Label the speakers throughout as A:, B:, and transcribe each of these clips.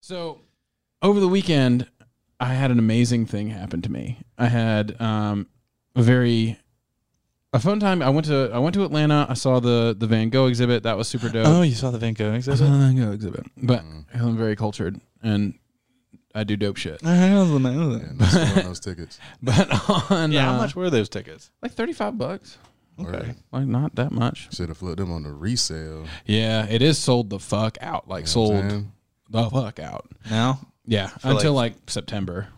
A: So over the weekend, I had an amazing thing happen to me. I had um, a very a fun time. I went to I went to Atlanta. I saw the the Van Gogh exhibit. That was super dope.
B: Oh, you saw the Van Gogh Uh-huh.
A: I saw
B: exhibit?
A: the Van Gogh exhibit, but
C: Mm.
A: I'm very cultured and I do dope shit.
B: I know the man.
C: And that's one of those tickets.
A: But on
B: Yeah,
A: uh,
B: how much were those tickets?
A: Like thirty five bucks.
C: Okay.
B: Okay.
A: Like not that much.
C: Should have flipped them on the resale.
A: Yeah, it is sold the fuck out. Like
C: You know what
A: sold
C: I'm saying?
A: the fuck out.
B: Now?
A: Yeah,
B: like-
A: until like, September.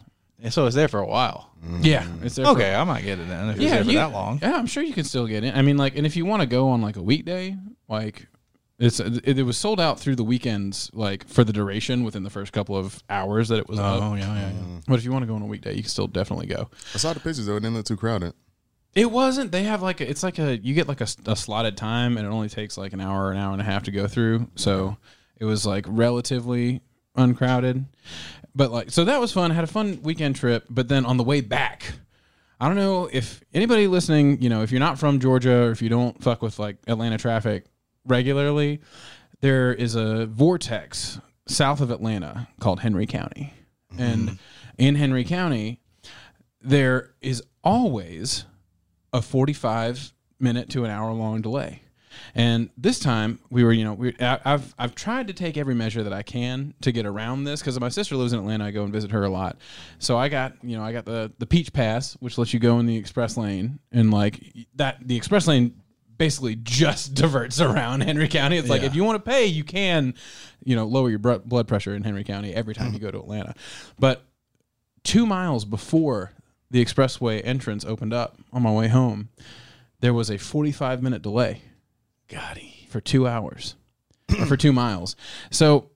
B: And So it was there for a while.
C: Mm.
A: Yeah, it's there for-
B: Okay, I might get it then if it was
A: yeah,
B: there for
A: you-
B: that long.
A: Yeah, I'm sure you can still get in. I mean, like, and if you want to go on like a weekday, like it's it, it was sold out through the weekends, like for the duration within the first couple of hours that it was up.
B: yeah, Oh, yeah, yeah.
A: But if you want to go on a weekday, you can still definitely go.
C: I saw the pictures though. It didn't look too crowded.
A: It wasn't. They have like a, it's like a you get like a, s- a slotted time, and it only takes like an hour, an hour and a half to go through. So it was like relatively uncrowded, but like so that was fun. I had a fun weekend trip, but then on the way back, I don't know if anybody listening, you know, if you're not from Georgia or if you don't fuck with like Atlanta traffic regularly, there is a vortex south of Atlanta called Henry County, and in Henry County. There is always a 45 minute to an hour long delay. And this time we were, you know, we, I, I've I've tried to take every measure that I can to get around this because my sister lives in Atlanta. I go and visit her a lot, so I got, you know, I got the the Peach Pass, which lets you go in the express lane, and like that, the express lane basically just diverts around Henry County. It's like if you want to pay, you can, you know, lower your br- blood pressure in Henry County every time you go to Atlanta. But two miles before the expressway entrance opened up on my way home, there was a 45 minute delay for two hours, or for two miles. So,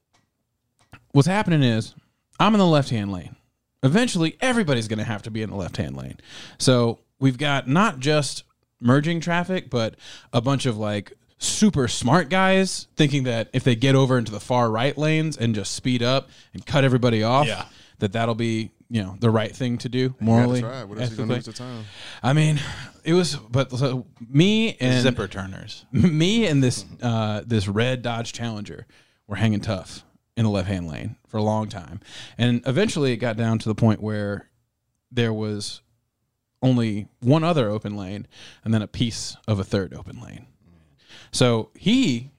A: what's happening is I'm in the left hand lane. Eventually, everybody's going to have to be in the left hand lane. So, we've got not just merging traffic, but a bunch of like super smart guys thinking that if they get over into the far right lanes and just speed up and cut everybody off,
B: Yeah.
A: that that'll be. You know the right thing to do
C: Gotta
A: morally.
C: try. it. What else you gonna do
A: ethically.
C: with the time?
A: I mean, it was, but so me and
B: Zipper turners.
A: me and this uh, this red Dodge Challenger were hanging tough in the left hand lane for a long time, and eventually it got down to the point where there was only one other open lane, and then a piece of a third open lane. So he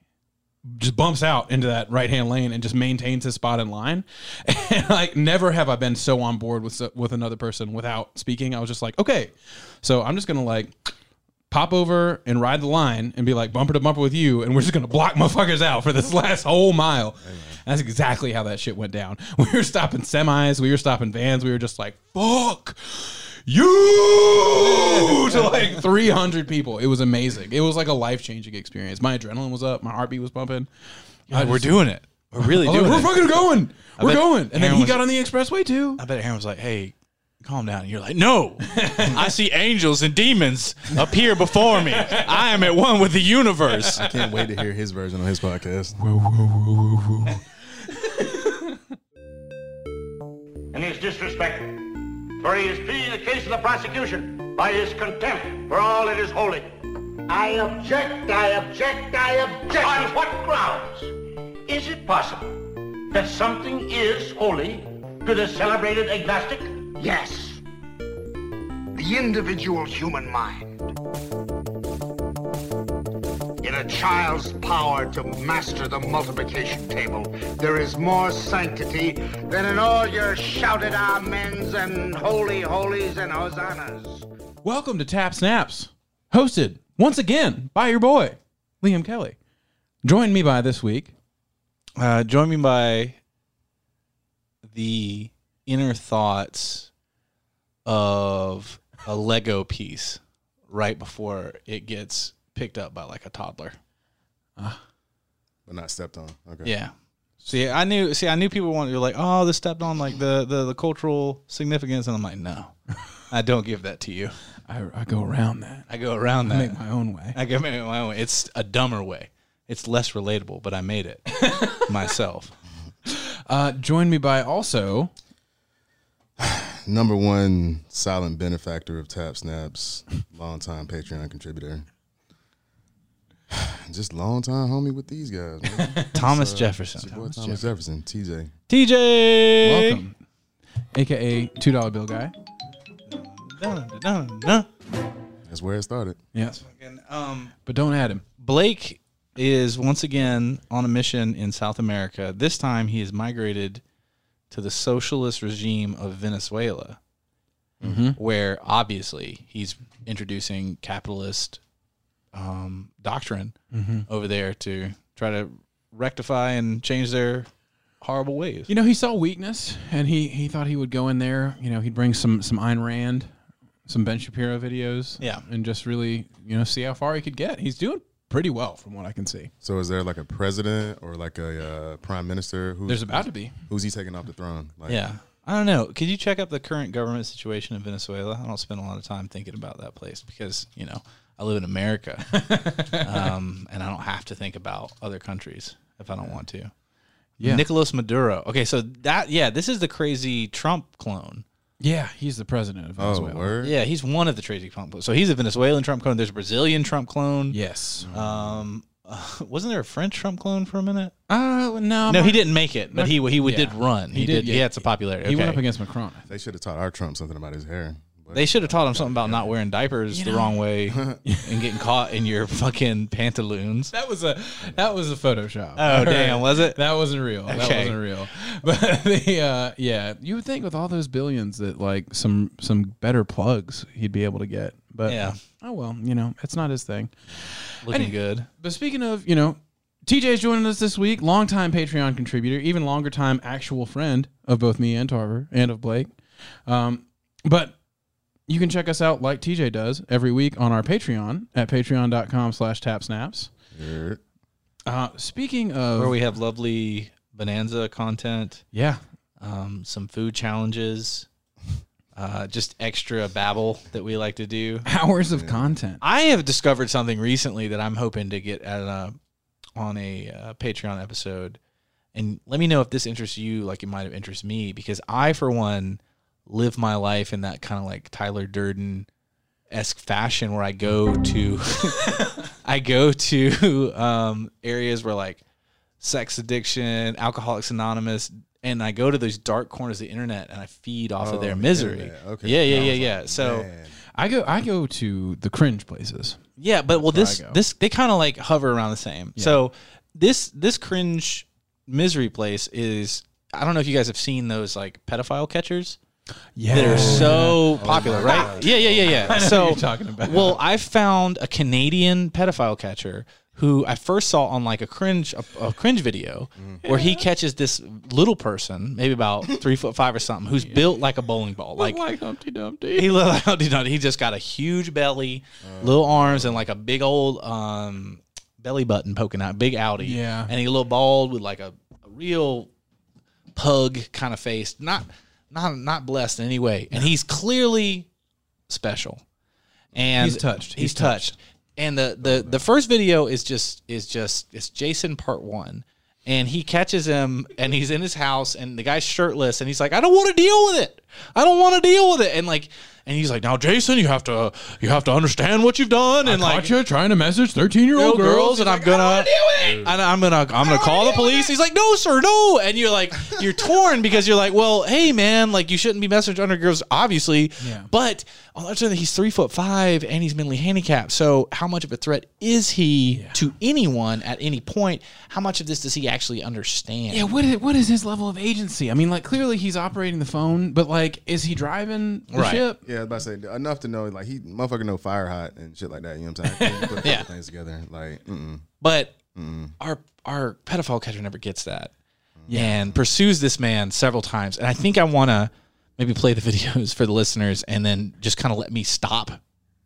A: just bumps out into that right hand lane and just maintains his spot in line. And like, never have I been so on board with with another person without speaking. I was just like, okay, so I'm just gonna like pop over and ride the line and be like bumper to bumper with you, and we're just gonna block motherfuckers out for this last whole mile. And that's exactly how that shit went down. We were stopping semis, we were stopping vans, we were just like, fuck you to like 300 people. It was amazing. It was like a life changing experience. My adrenaline was up, my heartbeat was pumping. I
B: we're
A: just-
B: doing it. Oh, We're really
A: I was like,
B: doing
A: we're
B: it.
A: fucking going. we're
B: bet
A: going. And then
B: Aaron
A: he
B: was-
A: got on the expressway too.
B: I bet Aaron was like, "Hey, calm down." And you're like, "No, I see angels and demons appear before me. I am at one with the universe."
C: I can't wait to hear his version on his podcast.
D: and his disrespect. For he is pleading the case of the prosecution by his contempt for all that is holy. I object, I object, I object. On what grounds? Is it possible that something is holy to the celebrated agnostic?
E: Yes. The individual human mind. In a child's power to master the multiplication table, there is more sanctity than in all your shouted amens and holy holies and hosannas.
A: Welcome to Tap Snaps, hosted once again by your boy, Liam Kelly. Join me by this week.
B: Uh, join me by the inner thoughts of a Lego piece right before it gets picked up by like a toddler.
C: But not stepped on. Okay.
B: Yeah. See, I knew. See, I knew people wanted to be like, "Oh, this stepped on like the the, the cultural significance," and I'm like, "No, I don't give that to you.
A: I, I go around that.
B: I go around
A: I
B: that.
A: make my own way.
B: I go make it my own. way. It's a dumber way. It's less relatable, but I made it myself.
A: Uh, join me by also
C: Number one silent benefactor of Tap Snaps, longtime Patreon contributor. Just long time homie with these guys. Man.
B: Thomas
C: It's
B: Jefferson.
C: your boy Thomas Jefferson, TJ.
B: TJ.
A: Welcome, aka two dollar bill guy.
B: Dun, dun, dun.
C: That's where it started.
A: Yes,
B: And, um,
A: but don't add him.
B: Blake is once again on a mission in South America. This time he has migrated to the socialist regime of Venezuela, where obviously he's introducing capitalist um, doctrine over there to try to rectify and change their horrible ways.
A: You know, he saw weakness, and he he thought he would go in there. You know, he'd bring some some Ayn Rand, some Ben Shapiro videos,
B: Yeah.
A: and just really you know see how far he could get. He's doing pretty well from what I can see.
C: So is there like a president or like a uh, prime minister? Who's,
A: There's about to be.
C: who's he taking off the throne? Like,
B: Yeah. I don't know. Could you check up the current government situation in Venezuela? I don't spend a lot of time thinking about that place because, you know, I live in America um, and I don't have to think about other countries if I don't want to.
A: Yeah.
B: Nicolas Maduro. Okay. So that, yeah, this is the crazy Trump clone.
A: Yeah, he's the president of
C: Oh,
A: Venezuela.
C: word.
B: Yeah. He's one of the crazy Trump clones. So he's a Venezuelan Trump clone. There's a Brazilian Trump clone.
A: Yes.
B: Um, wasn't there a French Trump clone for a minute?
A: Uh, no,
B: No, he didn't make it, but he he
A: Yeah.
B: did run. He,
A: He did,
B: did.
A: yeah.
B: He had some popularity.
A: He went
B: Okay.
A: up against Macron. I think.
C: They should have taught our Trump something about his hair. But
B: They should have taught him something about not wearing diapers the wrong way and getting caught in your fucking pantaloons.
A: That was a that was a Photoshop.
B: Oh, damn, was it?
A: That wasn't real. That
B: Okay.
A: wasn't real. But the uh, yeah, you would think with all those billions that like some some better plugs he'd be able to get. But
B: Yeah.
A: oh well, you know it's not his thing.
B: Looking good.
A: But speaking of, you know, TJ's joining us this week. Longtime Patreon contributor, even longer time actual friend of both me and Tarver and of Blake. Um, but you can check us out like TJ does every week on our Patreon at patreon.com slash tapsnaps.
C: Word.
A: Uh, speaking of,
B: Where we have lovely bonanza content,
A: yeah,
B: um, some food challenges, uh, just extra babble that we like to do.
A: hours of content.
B: I have discovered something recently that I'm hoping to get at a, on a uh, Patreon episode. And let me know if this interests you, like it might have interested me, because I, for one, live my life in that kind of like Tyler Durden esque fashion where I go to, I go to um, areas where like sex addiction, Alcoholics Anonymous, and I go to those dark corners of the internet and I feed off of
C: Oh,
B: their
C: the
B: misery.
C: internet. Okay.
B: Yeah, yeah,
C: I
B: yeah,
C: was
B: yeah.
C: like,
B: so.
C: man.
A: I go, I go to the cringe places.
B: Yeah, but well,
A: That's
B: this
A: where I go.
B: this they kind of like hover around the same. So this this cringe misery place is I don't know if you guys have seen those like pedophile catchers
A: Oh, Yeah,
B: that are so popular, right? Yeah, yeah, yeah, yeah. so
A: you're talking about.
B: Well, I found a Canadian pedophile catcher who I first saw on like a cringe a, a cringe video
A: Mm-hmm.
B: where he catches this little person, maybe about three foot five or something, who's built like a bowling ball,
A: like,
B: like
A: like Humpty Dumpty.
B: he looked like dude, no, he just got a huge belly,
A: Uh.
B: little arms, and like a big old um, belly button poking out, big Audi.
A: Yeah.
B: and he a little bald with like a, a real pug kind of face. Not not not blessed in any way, and he's clearly special. And
A: He's touched.
B: He's,
A: He's
B: touched. And the the the first video is just is just it's Jason part one. And he catches him and he's in his house and the guy's shirtless and he's like, I don't want to deal with it. I don't want to deal with it. And like and he's like, Now Jason, you have to you have to understand what you've done and like
A: Gotcha, trying to message thirteen-year-old
B: girls,
A: girls.
B: and I'm gonna and I'm gonna I'm gonna call the police. He's like, no, sir, no. And you're like, you're torn because you're like, well, hey, man, like you shouldn't be messaging under girls, obviously.
A: Yeah.
B: But on the other hand, he's three foot five and he's mentally handicapped. So how much of a threat is he to anyone at any point? How much of this does he actually understand?
A: Yeah, what is, what is his level of agency? I mean, like clearly he's operating the phone, but like, is he driving the
B: Right.
A: ship?
C: Yeah, I was about to say enough to know like he motherfucker know fire hot and shit like that. You know what I'm saying? He Put
B: Yeah.
C: things together like mm-mm.
B: But
A: Mm-hmm.
B: our our pedophile catcher never gets that, and pursues this man several times. And I think I want to maybe play the videos for the listeners, and then just kind of let me stop.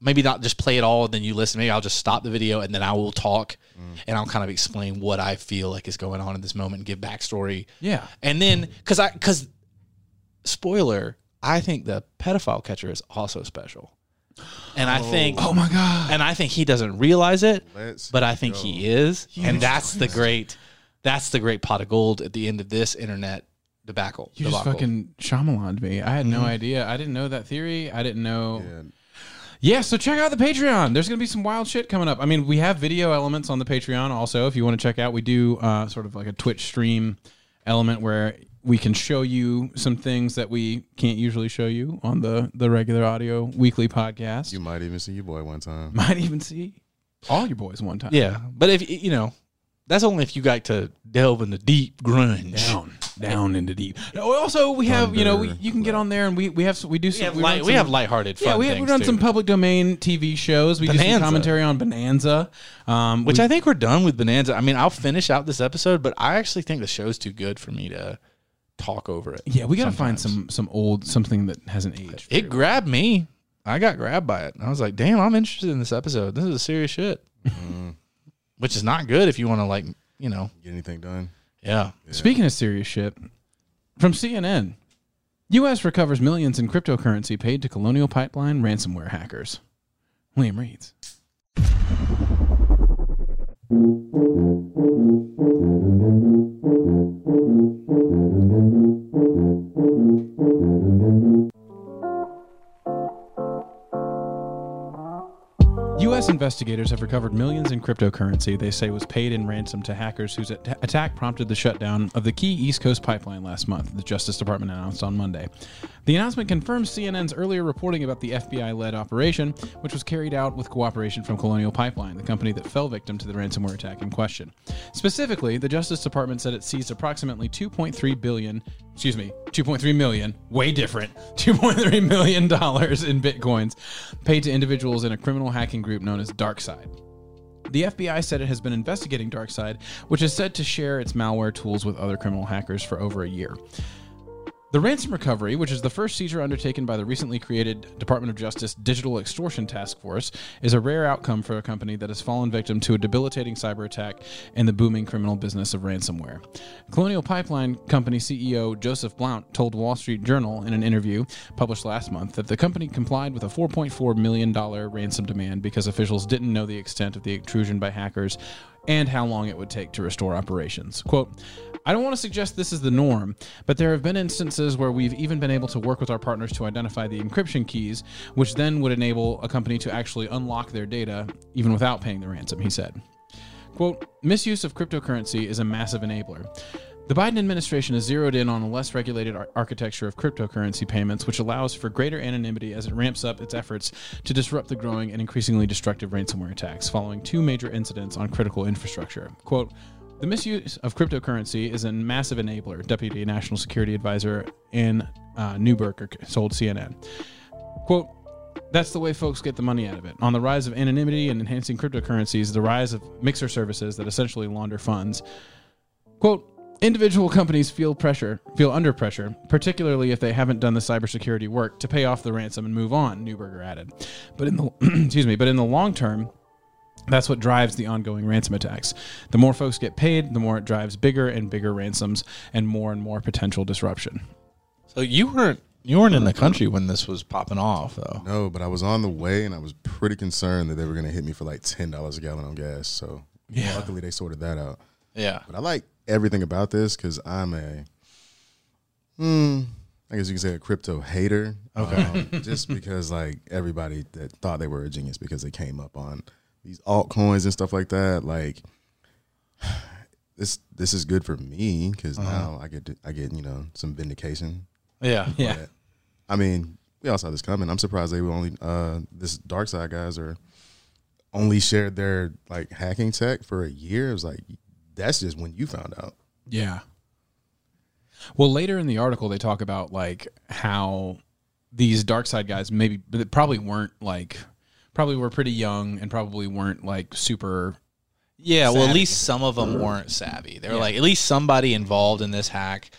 B: Maybe not just play it all, and then you listen. Maybe I'll just stop the video, and then I will talk,
A: Mm.
B: and I'll kind of explain what I feel like is going on in this moment, and give backstory.
A: Yeah.
B: And then, because I, because spoiler, I think the pedophile catcher is also special, and I think,
A: Oh my god.
B: and I think he doesn't realize it
C: Let's
B: but I think he is, and that's the great, that's the great pot of gold at the end of this internet debacle. Mm-hmm.
A: You just
B: debacle.
A: fucking Shyamalan'd me. I had no idea. I didn't know that theory. I didn't know.
C: yeah.
A: Yeah, so check out the Patreon. There's going to be some wild shit coming up. I mean, we have video elements on the Patreon also. If you want to check out, we do uh, sort of like a Twitch stream element where we can show you some things that we can't usually show you on the the regular audio weekly podcast.
C: You
A: You
C: might even see your boy one time.
A: might even see all your boys one time.
B: Yeah, but if you know, that's only if you got to delve in the deep grunge.
A: down, down into deep. No, also, we have you know we, you can get on there and we we have some- we do some
B: We have,
A: run
B: light, we
A: some-
B: have lighthearted fun.
A: Yeah, we,
B: things,
A: we run
B: too,
A: some public domain TV shows. We do some
B: Bonanza.
A: commentary on Bonanza, um,
B: which
A: we-
B: I think we're done with Bonanza. I mean, I'll finish out this episode, but I actually think the show's too good for me to talk over it.
A: yeah, we got to find
B: sometimes.
A: some some old something that hasn't aged.
B: It grabbed me. I got grabbed by it. I was like, damn, I'm interested in this episode. This is serious shit.
A: Mm.
B: Which is not good if you want to like, you know,
C: Get anything done?
B: yeah.
A: Speaking of serious shit, from CNN, U.S. recovers millions in cryptocurrency paid to Colonial Pipeline ransomware hackers. William reads. U.S. investigators have recovered millions in cryptocurrency they say was paid in ransom to hackers whose at- attack prompted the shutdown of the key East Coast pipeline last month, the Justice Department announced on Monday. The announcement confirms CNN's earlier reporting about the FBI led operation, which was carried out with cooperation from Colonial Pipeline, the company that fell victim to the ransomware attack in question. Specifically, the Justice Department said it seized approximately 2.3 billion, excuse me, 2.3 million, way different, 2.3 million dollars in bitcoins paid to individuals in a criminal hacking group known as DarkSide. The FBI said it has been investigating DarkSide, which is said to share its malware tools with other criminal hackers for over a year. The ransom recovery, which is the first seizure undertaken by the recently created Department of Justice Digital Extortion Task Force, is a rare outcome for a company that has fallen victim to a debilitating cyber attack and the booming criminal business of ransomware. Colonial Pipeline Company CEO Joseph Blount told Wall Street Journal in an interview published last month that the company complied with a $4.4 million ransom demand because officials didn't know the extent of the intrusion by hackers and how long it would take to restore operations. Quote, I don't want to suggest this is the norm, but there have been instances where we've even been able to work with our partners to identify the encryption keys, which then would enable a company to actually unlock their data even without paying the ransom, he said. Quote, misuse of cryptocurrency is a massive enabler. The Biden administration has zeroed in on a less regulated ar- architecture of cryptocurrency payments, which allows for greater anonymity as it ramps up its efforts to disrupt the growing and increasingly destructive ransomware attacks following two major incidents on critical infrastructure. Quote, the misuse of cryptocurrency is a massive enabler, Deputy National Security Advisor in uh, Newberger told CNN. Quote, that's the way folks get the money out of it. On the rise of anonymity and enhancing cryptocurrencies, the rise of mixer services that essentially launder funds. Quote, individual companies feel pressure, feel under pressure, particularly if they haven't done the cybersecurity work to pay off the ransom and move on, Newberger added. But in the excuse me, but in the long term, that's what drives the ongoing ransom attacks. The more folks get paid, the more it drives bigger and bigger ransoms and more and more potential disruption.
B: So you weren't you weren't in the country when this was popping off though.
C: No, but I was on the way and I was pretty concerned that they were gonna hit me for like ten dollars a gallon on gas. So luckily they sorted that out.
B: Yeah.
C: But I like everything about this because I'm a, hmm, I guess you can say a crypto hater. Okay. just because like everybody that thought they were a genius because they came up on these altcoins and stuff like that, like this this is good for me because now I get to, I get you know some vindication.
B: Yeah.
A: Yeah.
C: I mean, we all saw this coming. I'm surprised they were only uh, this dark side guys are only shared their like hacking tech for a year. It was like that's just when you found out.
A: Yeah. Well, later in the article, they talk about like how these dark side guys maybe but probably weren't like probably were pretty young and probably weren't like super.
B: Yeah, well, at least some of them weren't savvy. They were like, at least somebody involved in this hack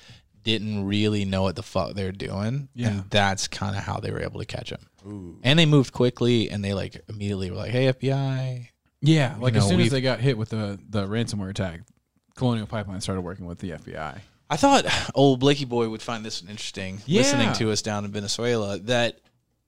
B: didn't really know what the fuck they're doing.
A: Yeah.
B: And that's kind of how they were able to catch him. And they moved quickly and they like immediately were like, hey, FBI.
A: Yeah, like as
B: know,
A: soon as
B: we've-
A: they got hit with the the ransomware attack, Colonial Pipeline started working with the FBI.
B: I thought old Blakey boy would find this interesting listening
A: Yeah.
B: to us down in Venezuela that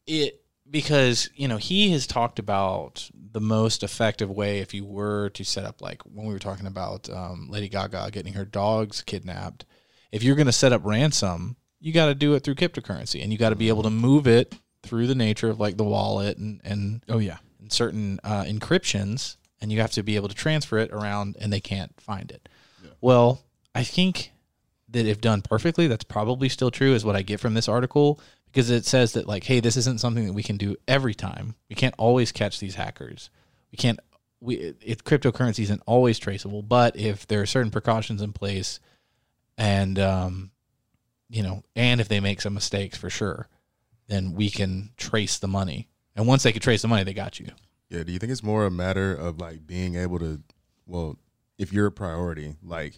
B: it because you know he has talked about the most effective way if you were to set up like when we were talking about um, Lady Gaga getting her dogs kidnapped
A: Mm-hmm.
B: if you're going to set up ransom you got to do it through cryptocurrency and you got to be able to move it through the nature of like the wallet and and
A: Oh yeah.
B: and certain uh, encryptions, and you have to be able to transfer it around, and they can't find it. Well, I think that if done perfectly, that's probably still true, is what I get from this article because it says that like, hey, this isn't something that we can do every time. We can't always catch these hackers. We can't. We it, it cryptocurrency isn't always traceable, but if there are certain precautions in place, and um, you know, and if they make some mistakes for sure, then we can trace the money. And once they could trace the money, they got you.
C: Yeah, do you think it's more a matter of like being able to, well, if you're a priority, like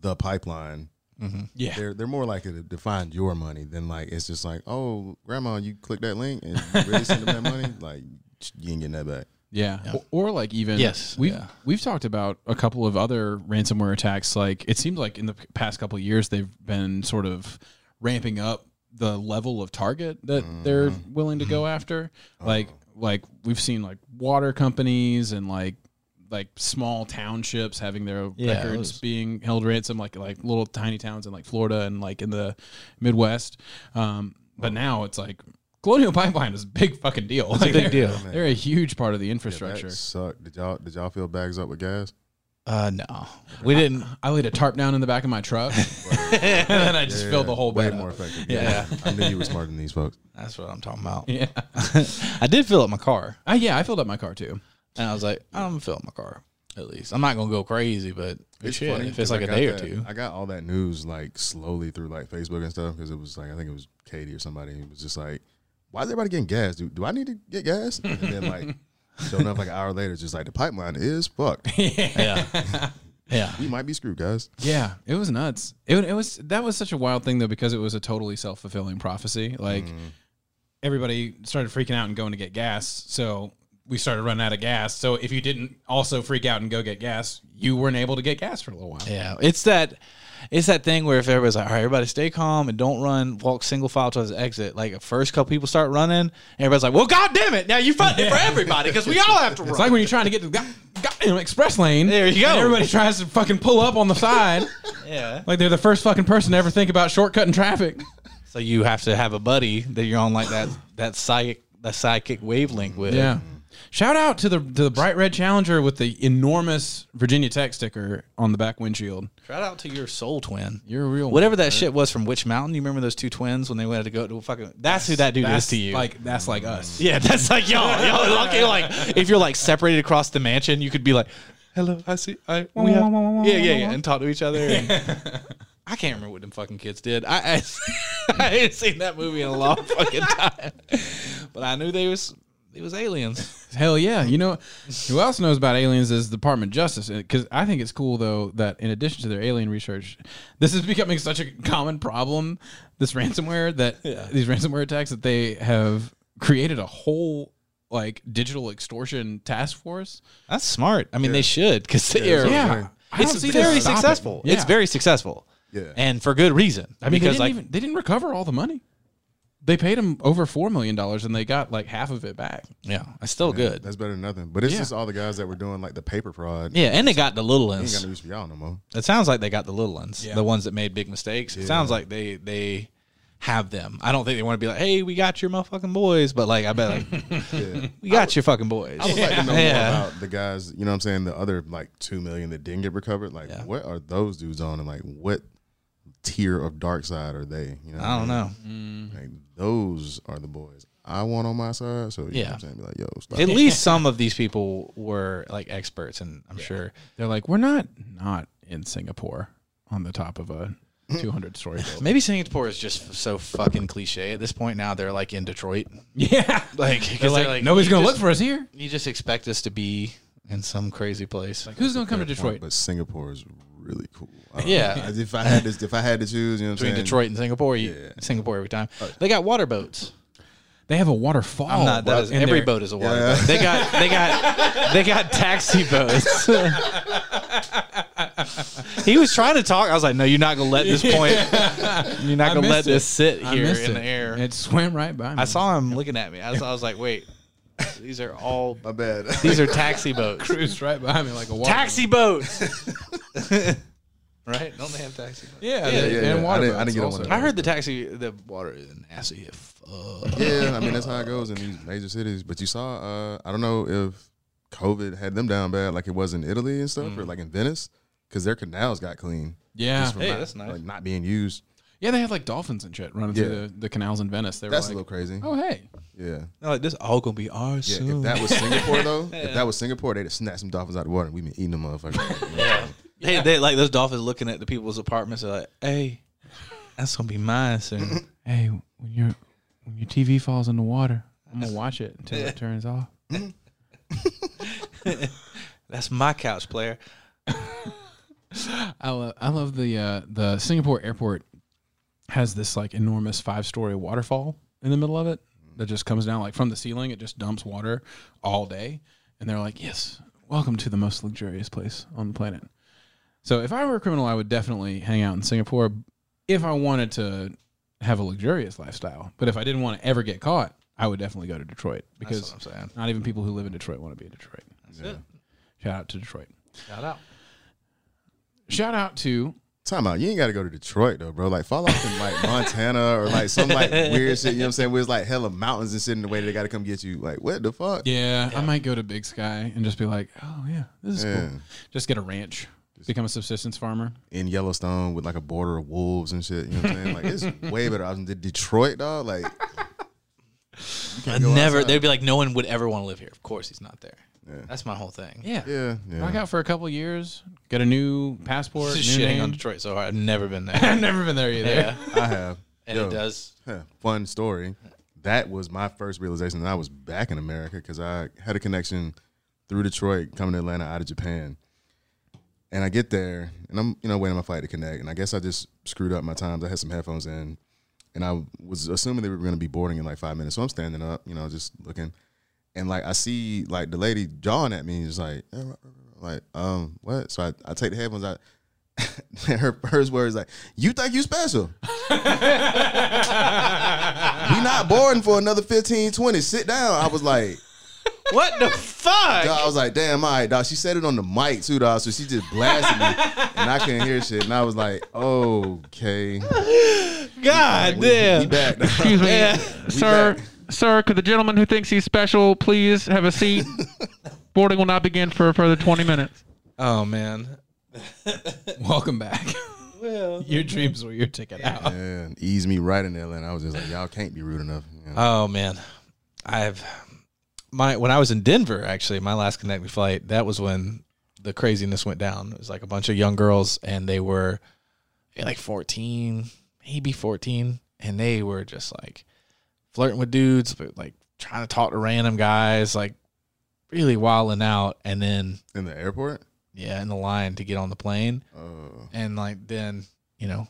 C: the pipeline,
B: Mm-hmm.
A: Yeah.
C: they're they're more likely to, to find your money than like it's just like, oh, grandma, you click that link and you really send them that money, like you ain't getting that back.
A: Yeah. Or, or like even
B: Yes,
A: we've
B: yeah.
A: we've talked about a couple of other ransomware attacks. Like it seems like in the p- past couple of years they've been sort of ramping up the level of target that they're
B: Mm-hmm.
A: willing to go after.
B: Oh.
A: Like like we've seen like water companies and like like small townships having their
B: Yeah,
A: records
B: those-
A: being held ransom, like like little tiny towns in like Florida and like in the Midwest. Um, but now it's like Colonial Pipeline is a big fucking deal. It's
B: a big deal.
A: They're a huge part of the
C: That
A: infrastructure.
C: sucked. Did y'all did y'all fill bags up with gas?
B: Uh, no, we didn't.
A: I laid a tarp down in the back of my truck, and then I just filled the whole
C: way
A: bed.
C: more
A: up.
C: effective.
A: Yeah.
C: I knew you were smarter than these folks.
B: That's what I'm talking about.
A: Yeah,
B: I did fill up my car,
A: uh, yeah. I filled up my car too.
B: and I was like, I'm gonna fill up my car. At least I'm not gonna go crazy, but shit, if it's
C: 'cause
B: like
C: I
B: a
C: got
B: day or
C: that-
B: two.
C: I got all that news like slowly through like Facebook and stuff because it was like I think it was Katie or somebody who was just like, "Why is everybody getting gas? Do, do I need to get gas?" And then like, so enough like an hour later, it's just like the pipeline is fucked.
B: yeah, yeah.
C: We might be screwed, guys.
A: Yeah, it was nuts. It, it was that was such a wild thing though because it was a totally self fulfilling prophecy. Like everybody started freaking out and going to get gas, so we started running out of gas. So if you didn't also freak out and go get gas, you weren't able to get gas for a little while.
B: Yeah, it's that, it's that thing where if everybody's like, all right, everybody stay calm and don't run, walk single file towards the exit. Like the first couple people start running, and everybody's like, well, god damn it, now you fighting for everybody because we all have to run.
A: It's like when you're trying to get to the go- goddamn express lane.
B: There you go.
A: and everybody tries to fucking pull up on the side.
B: yeah.
A: Like they're the first fucking person to ever think about shortcutting traffic.
B: So you have to have a buddy that you're on like that that psychic that psychic wavelength with.
A: Yeah. Shout out to the to the bright red Challenger with the enormous Virginia Tech sticker on the back windshield.
B: Shout out to your soul twin.
A: You're a real one,
B: Whatever that shit was from Witch Mountain. You remember those two twins when they went to go to a fucking. That's who that dude is to you.
A: Like that's like us.
B: yeah, that's like y'all. Y'all are lucky. Like if you're like separated across the mansion, you could be like, "Hello, I see. I we have, yeah, yeah, yeah," and talk to each other. and- I can't remember what them fucking kids did. I I, I ain't seen that movie in a long fucking time, but I knew they was they was aliens.
A: Hell yeah. You know who else knows about aliens is the Department of Justice because I think it's cool though that in addition to their alien research, this is becoming such a common problem. This ransomware that these ransomware attacks that they have created a whole like digital extortion task force.
B: That's smart. I mean, they should because they are.
A: Yeah. I
B: It's
A: don't see this
B: very
A: stopping.
B: successful.
A: Yeah.
B: It's very successful.
C: Yeah.
B: And for good reason.
A: I mean, they didn't
B: because like
A: even, they didn't recover all the money. They paid him over four million dollars, and they got like half of it back.
B: yeah, it's still good.
C: That's better than nothing. But it's
A: Yeah.
C: just all the guys that were doing like the paper fraud.
B: Yeah, and they got the little
C: I ain't got
B: ones.
C: no use for y'all no more.
B: It sounds like they got the little ones,
A: Yeah.
B: the ones that made big mistakes. It sounds like they they have them. I don't think they want to be like, "Hey, we got your motherfucking boys," but like I bet like,
C: Yeah.
B: we got your fucking boys.
C: I would like to know
B: Yeah.
C: more about the guys, you know what I'm saying? The other like 2 million that didn't get recovered. Like, what are those dudes on? And like, what tier of dark side are they? You know, what
B: I don't
C: mean?
B: know. Mm-hmm.
C: Like, those are the boys I want on my side. So, you yeah.
B: Yeah.
C: know what I'm saying? Be like, yo, stop.
B: At least some of these people were like experts, and I'm sure
A: They're like, we're not not in Singapore on the top of a two hundred story building.
B: maybe Singapore is just so fucking cliche at this point. Now they're like in Detroit,
A: yeah,
B: like
A: they're
B: because
A: like, nobody's gonna look for us here.
B: You just expect us to be in some crazy place.
A: Who's gonna come to
C: Point,
A: Detroit?
C: But Singapore is really cool. I don't
B: Yeah.
C: know. If I had to, if I had to choose, you know what I'm
B: between
C: saying?
B: Detroit and Singapore. You, Singapore every time.
C: Uh,
B: They got water boats.
A: They have a waterfall.
B: I'm not. That is,
A: Oh, in
B: every
A: their-
B: boat is a water
C: Yeah.
B: boat. They got. They got. they got taxi boats. he was trying to talk. I was like, "No, you're not gonna let this point. You're not
A: I
B: gonna let
A: missed it.
B: this sit
A: I
B: here in
A: missed
B: the
A: it.
B: air."
A: It swam right by me.
B: I saw him looking at me. I was, I was like, "Wait, these are all.
C: My bad.
B: These are taxi boats.
A: cruise right by me like a water.
B: taxi boats." right? Don't they have taxi?
A: Yeah,
C: yeah,
A: they-
C: yeah.
A: and water
C: I didn't- I
A: boats
C: didn't get on
A: also.
C: one of
B: I heard the taxi, the water is nasty. as Fuck.
C: Yeah, I mean that's how it goes in these major cities. But you saw, uh, I don't know if COVID had them down bad, like it was in Italy and
B: Mm.
C: stuff, or like in Venice, because their canals got clean,
A: Yeah,
B: Hey,
C: not,
B: that's nice.
C: like not being used.
A: yeah, they had like dolphins and shit running
C: Yeah.
A: through the, the canals in Venice. They were
C: That's
A: like,
C: a little crazy.
A: oh hey,
C: Yeah,
B: They're like this all gonna be ours
C: yeah.
B: soon.
C: If that was Singapore though, if that was Singapore, they'd have snatched some dolphins out of the water, and we've been eating them, motherfuckers.
B: They, they like those dolphins looking at the people's apartments. They're like, hey, that's gonna be mine soon.
A: hey, when your when your TV falls in the water, I'm gonna watch it until it turns off.
B: that's my couch player.
A: I love, I love the uh, the Singapore airport has this like enormous five story waterfall in the middle of it that just comes down like from the ceiling. It just dumps water all day, and they're like, "Yes, welcome to the most luxurious place on the planet." So if I were a criminal, I would definitely hang out in Singapore if I wanted to have a luxurious lifestyle. But if I didn't want to ever get caught, I would definitely go to Detroit because
B: That's what I'm saying.
A: not even people who live in Detroit want to be in Detroit.
B: it.
A: Shout out to Detroit.
B: Shout out.
A: Shout out to
C: Time out. You ain't got to go to Detroit though, bro. Like fall off in like Montana or like some like weird shit. You know what I'm saying? Where it's like hella mountains and shit in the way that they got to come get you. Like what the fuck?
A: Yeah, I might go to Big Sky and just be like, oh yeah, this is
C: Yeah.
A: cool. Just get a ranch, become a subsistence farmer.
C: in Yellowstone with like a border of wolves and shit. You know what I'm saying? Like it's way better. I was in Detroit, dog. Like go
B: never.
C: outside.
B: They'd be like, no one would ever want to live here. Of course, he's not there. That's my whole thing.
A: Yeah,
C: yeah, yeah.
A: Rock out for a couple years, get a new passport.
B: Just
A: new
B: shitting
A: name.
B: on Detroit so hard. I've never been
A: I've
B: there.
A: never been there either.
B: yeah,
C: I have.
B: and
C: Yo,
B: it does.
C: huh, Fun story. That was my first realization that I was back in America because I had a connection through Detroit coming to Atlanta out of Japan. And I get there and I'm, you know, waiting on my flight to connect. And I guess I just screwed up my times. I had some headphones in and I was assuming they were going to be boarding in like five minutes. So I'm standing up, you know, just looking. And like I see like the lady jawing at me, just like, eh, rah, rah, rah, like um, what? So I, I take the headphones out. and her first words like, "You think you special? we not boarding for another 15, 20. Sit down." I was like,
B: What the fuck?
C: dog, I was like, "Damn, all right, dog." She said it on the mic too, dog. So she just blasted me, and I couldn't hear shit. And I was like, "Okay,
B: God damn.
C: we back." dog.
B: Yeah.
C: We
F: Sir,
C: back.
F: sir, could the gentleman who thinks he's special please have a seat? Boarding will not begin for a further 20 minutes.
B: Oh man.
A: Welcome back.
B: Well.
A: your dreams were your ticket out.
C: Yeah, eased me right in there, and I was just like, "Y'all can't be rude enough." You know?
B: Oh man, I've my when I was in Denver actually, my last connecting flight. That was when the craziness went down. It was like a bunch of young girls, and they were eh, like fourteen, maybe fourteen, and they were just like flirting with dudes, but like trying to talk to random guys, like really wilding out. And then
C: In the airport?
B: yeah, in the line to get on the plane,
C: Oh,
B: and like then you know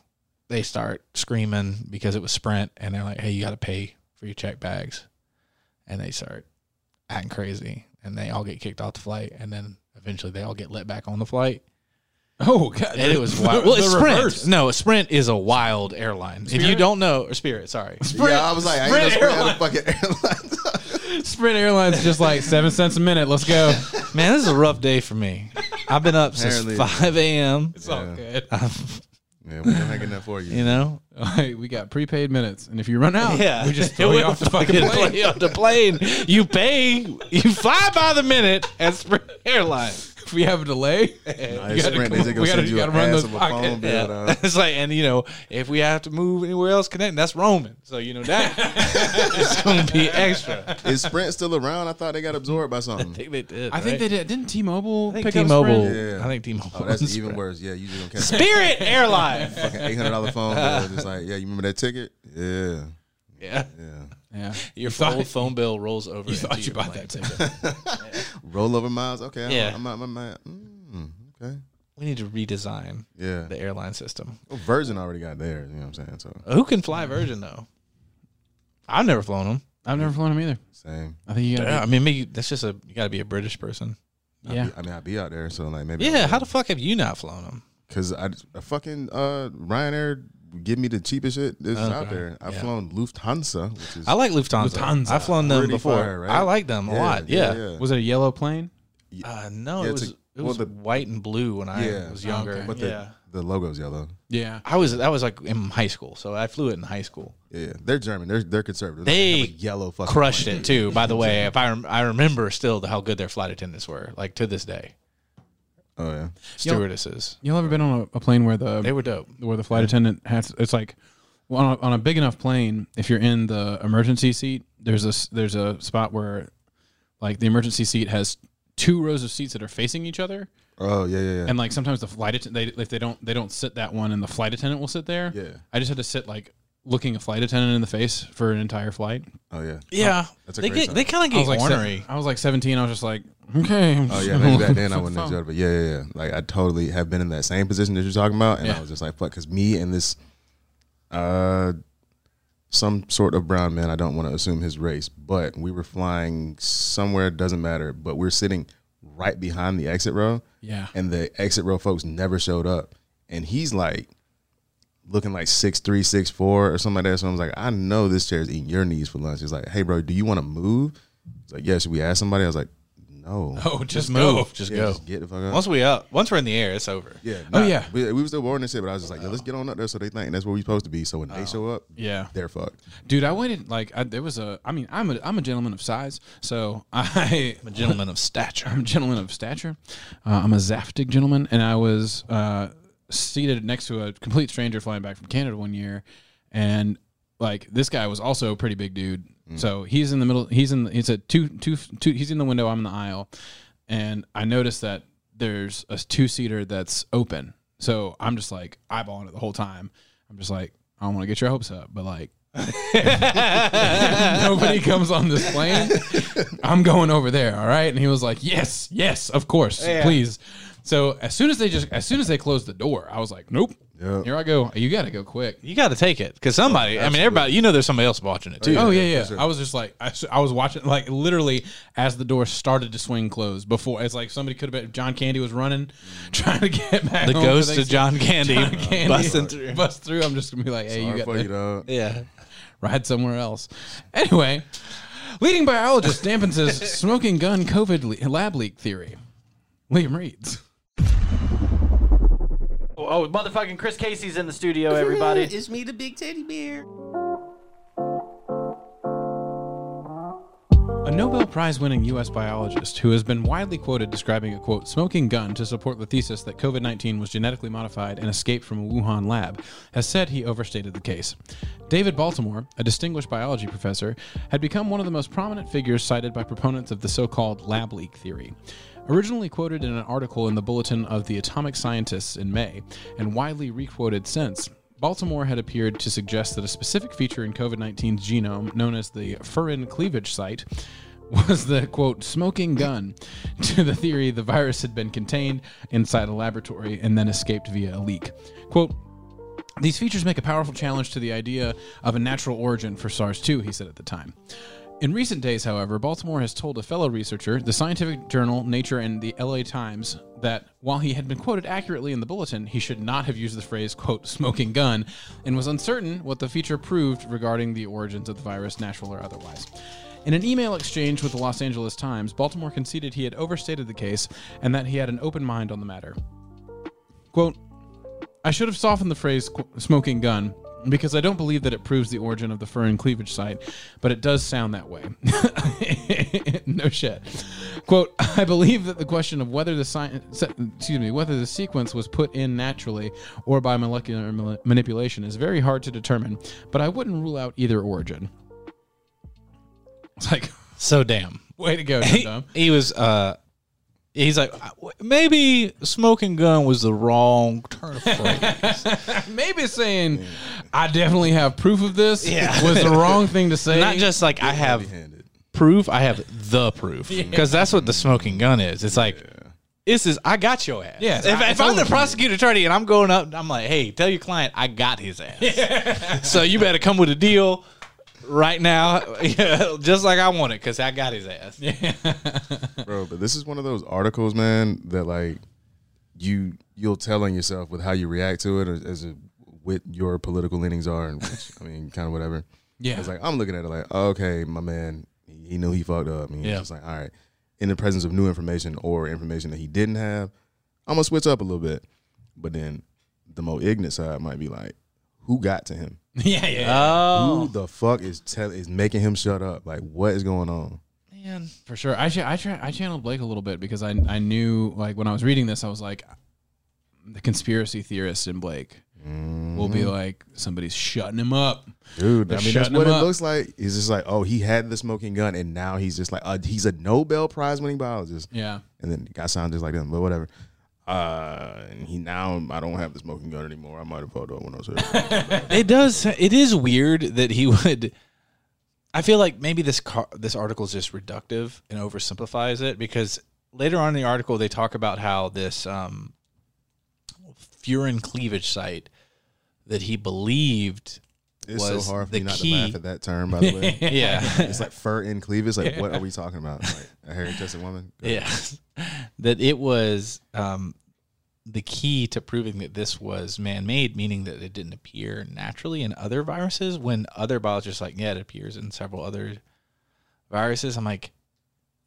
B: they start screaming because it was sprint and they're like hey you got to pay for your check bags and they start acting crazy and they all get kicked off the flight and then eventually they all get let back on the flight
A: Oh god,
B: and it was
A: the-
B: wild well it's
A: the
B: sprint
A: reverse.
B: no sprint is a wild airline if you don't know or spirit sorry
C: yeah. I was like, I ain't
A: Sprint
C: no fucking airline.
A: Sprint Airlines just like seven cents a minute. Let's go.
B: man this is a rough day for me i've been up since
C: Apparently.
B: 5 a.m
A: It's all good.
C: yeah, we ain't making that for you.
B: you know
A: Alright, we got prepaid minutes, and if you run out,
B: Yeah,
A: we just throw you off the fucking plane.
B: off the plane. You pay, you fly by the minute at Sprint Airlines.
A: If we have a delay,
C: Nah,
A: you gotta
C: Sprint,
A: come-
C: they just gonna
A: we gotta-
C: send
A: you
C: you
A: gotta
C: an
A: run
C: ass
A: those
C: of a
A: pocket-
C: phone bill, dog.
B: it's like, and you know, if we have to move anywhere else, connect. That's Roman. So you know that it's gonna be extra. I
C: Is Sprint still around? I thought they got absorbed by something.
B: think they did.
A: I think they did. Didn't T-Mobile
B: I
A: pick
B: think T-Mobile.
A: up Sprint?
C: Yeah.
B: I think T-Mobile.
C: Oh, that's
B: owns
C: even
B: Sprint.
C: worse. Yeah, you just gonna cancel
B: Spirit Airlines.
C: a fucking eight hundred dollar phone bill. Just like, yeah, you remember that ticket? Yeah,
B: yeah,
C: yeah.
A: Yeah.
B: your
A: thought-
B: old phone bill rolls over.
A: You
B: into
A: thought you
B: your
A: bought
B: plane.
A: that ticket.
C: Rollover miles. Okay, I'm,
B: Yeah.
C: I'm, out- I'm, out- mm, okay.
B: We need to redesign
C: Yeah,
B: the airline system.
C: Well, Virgin already got theirs. You know what I'm saying? So
B: Who can fly Virgin though? I've never flown them.
A: I've never flown them either.
C: same.
A: I think you gotta.
B: Yeah, I mean, maybe that's just a you got to be a British person.
C: I
A: Yeah.
C: be- I mean, I'd be out there, so like maybe.
B: Yeah, how the fuck have you not flown them?
C: Cause I a fucking uh, Ryanair give me the cheapest shit that's out
B: Oh, Okay.
C: there. I've
B: Yeah.
C: flown Lufthansa, which is
B: I like Lufthansa.
A: Lufthansa.
B: I've flown them
C: Pretty
B: before.
C: fire, right?
B: I like them a lot. Yeah.
A: Was it a yellow plane?
B: Uh, no,
C: Yeah,
B: it
C: it's
B: was
C: a-
B: it was
C: well, the-
B: white and blue when I
C: Yeah.
B: was younger.
A: Okay.
C: But the,
B: yeah.
C: The logo's yellow.
A: Yeah.
B: I was that was like in high school, so I flew it in high school.
C: Yeah, they're German. They're they're conservative.
B: They
C: have a yellow fucking
B: Crushed it too. By the way, if I rem- I remember still the- how good their flight attendants were, like to this day,
C: Oh yeah,
B: stewardesses.
A: Y'all ever been on a, a plane where the
B: They were dope.
A: where the flight attendant has it's like well, on a, on a big enough plane if you're in the emergency seat there's a s- there's a spot where like the emergency seat has two rows of seats that are facing each other
C: oh yeah, yeah, yeah.
A: and like sometimes the flight attendant they if they don't they don't sit that one and the flight attendant will sit there
C: Yeah.
A: i just had to sit like looking a flight attendant in the face for an entire flight
C: oh yeah.
B: Yeah,
C: That's a
B: they
C: great
B: get
C: song.
B: they kind of
A: i was
B: get
A: like se-
B: ornery.
A: i was like 17 i was just like okay I'm
C: Oh
A: just
C: yeah, maybe
A: gonna
C: back then I
A: look
C: wouldn't
A: at the
C: enjoy
A: phone.
C: it, but yeah, yeah, yeah. Like I totally have been in that same position that you're talking about, and
A: Yeah.
C: I was just like, "Fuck," because me and this, uh, some sort of brown man. I don't want to assume his race, but we were flying somewhere. it Doesn't matter. But we're sitting right behind the exit row.
A: Yeah.
C: and the exit row folks never showed up, and he's like. Looking like six three, six four, or something like that. So I was like, I know this chair is eating your knees for lunch. He's like, Hey, bro, do you want to move? He's like, Yeah. Should we ask somebody? I was like, No.
A: oh just go.
B: Move, just
C: Yeah,
B: go.
C: just get the fuck up.
B: Once we up, once we're in the air, it's over.
C: Yeah.
A: Oh,
C: nah,
A: yeah.
C: We, we was still boring and shit, but I was just like, yo, let's get on up there so they think that's where we supposed to be. So when they show up,
A: yeah
C: they're fucked.
A: dude i waited like I, there was a i mean i'm a i'm a gentleman of size so i
B: I'm a gentleman of stature.
A: I'm a gentleman of stature. Uh, I'm a Zaftig gentleman, and I was uh, seated next to a complete stranger flying back from Canada one year, and like this guy was also a pretty big dude.
B: Mm.
A: So he's in the middle. He's in. He's at two, two, two. He's in the window. I'm in the aisle, and I noticed that there's a two seater that's open. So I'm just like eyeballing it the whole time. I'm just like, I don't want to get your hopes up, but like. nobody comes on this plane, I'm going over there. All right. And he was like, yes, yes, of course, please. So as soon as they just, as soon as they closed the door, I was like, nope,
C: Yeah.
A: here I go. You got to go quick.
B: You got to take it because somebody. I mean, everybody. You know, there's somebody else watching it too.
A: Oh yeah, yeah. I was just like, I, s- I was watching like literally as the door started to swing closed. Before it's like somebody could have been John Candy was running, trying to get back.
B: The
A: home for
B: ghost of
A: Thanksgiving.
B: John Candy,
A: John Candy
B: busting through.
A: Bust through. I'm just gonna be like, hey,
C: Sorry
A: you got
C: for
A: to
C: you, dog.
B: Yeah.
A: ride somewhere else. Anyway, leading biologist Dampins' smoking gun COVID le- lab leak theory. Liam reads.
G: Oh, motherfucking Chris Casey's in the studio, everybody.
H: It's me, the big teddy bear.
A: A Nobel Prize winning US biologist who has been widely quoted describing a quote smoking gun to support the thesis that COVID 19 was genetically modified and escaped from a Wuhan lab has said he overstated the case. David Baltimore, a distinguished biology professor, had become one of the most prominent figures cited by proponents of the so called lab leak theory. Originally quoted in an article in the Bulletin of the Atomic Scientists in May, and widely requoted since, Baltimore had appeared to suggest that a specific feature in COVID 19's genome, known as the furin cleavage site, was the quote smoking gun to the theory the virus had been contained inside a laboratory and then escaped via a leak. Quote, these features make a powerful challenge to the idea of a natural origin for SARS 2, he said at the time. In recent days, however, Baltimore has told a fellow researcher, the scientific journal Nature and the LA Times, that while he had been quoted accurately in the bulletin, he should not have used the phrase, quote, smoking gun, and was uncertain what the feature proved regarding the origins of the virus, natural or otherwise. In an email exchange with the Los Angeles Times, Baltimore conceded he had overstated the case and that he had an open mind on the matter. Quote, I should have softened the phrase qu- smoking gun because I don't believe that it proves the origin of the fur and cleavage site, but it does sound that way. no shit. Quote, I believe that the question of whether the science, excuse me, whether the sequence was put in naturally or by molecular ma- manipulation is very hard to determine, but I wouldn't rule out either origin. It's like,
B: So damn.
A: way to go,
B: He,
A: dumb.
B: he was. uh He's like maybe smoking gun was the wrong turn of phrase.
A: Maybe saying, I definitely have proof of this yeah. was the wrong thing to say.
B: Not just like I have
C: Handed.
B: proof, I have the proof because that's what the smoking gun is. It's like this is I got your ass.
A: Yeah,
B: If,
A: I-
B: if
A: I
B: I'm the
A: told you.
B: prosecutor attorney and I'm going up, I'm like, hey, tell your client I got his ass. so you better come with a deal right now, yeah, just like I want it because I got his ass.
C: Bro, but this is one of those articles, man, that like you you'll tell on yourself with how you react to it as, as a, what your political leanings are and which, I mean, kind of whatever.
A: Yeah.
C: It's like I'm looking at it like, oh, okay, my man, he he knew he fucked up. And he's
B: Yeah.
C: just like, all right, in the presence of new information or information that he didn't have, I'm gonna switch up a little bit. But then the more ignorant side might be like, who got to him?
A: yeah, yeah. yeah.
B: Oh
C: Who the fuck is tell is making him shut up? Like, what is going on?
B: man,
A: For sure. I cha- I, tra- I channeled Blake a little bit because I I knew like when I was reading this I was like the conspiracy theorist in Blake will be like somebody's shutting him up.
C: Dude, I mean, that's
A: shutting
C: what it
A: him up.
C: looks like. He's just like, oh, he had the smoking gun, and now he's just like, uh, he's a Nobel Prize winning biologist.
A: Yeah.
C: And then the guy sounds just like them, but whatever. Uh, and he now, I don't have the smoking gun anymore. I might have pulled up when I was here.
B: it does. It is weird that he would. I feel like maybe this car, this article is just reductive and oversimplifies it because later on in the article they talk about how this um, furin cleavage site that he believed
C: It's
B: Was
C: so hard for
B: the
C: me not
B: key.
C: to laugh at that term, by the way.
B: yeah
C: it's like fur in cleavage. Like, what are we talking about? Like, a hairy chested woman? Go
B: yeah that it was um, the key to proving that this was man-made meaning that it didn't appear naturally in other viruses when other biologists are like yeah it appears in several other viruses i'm like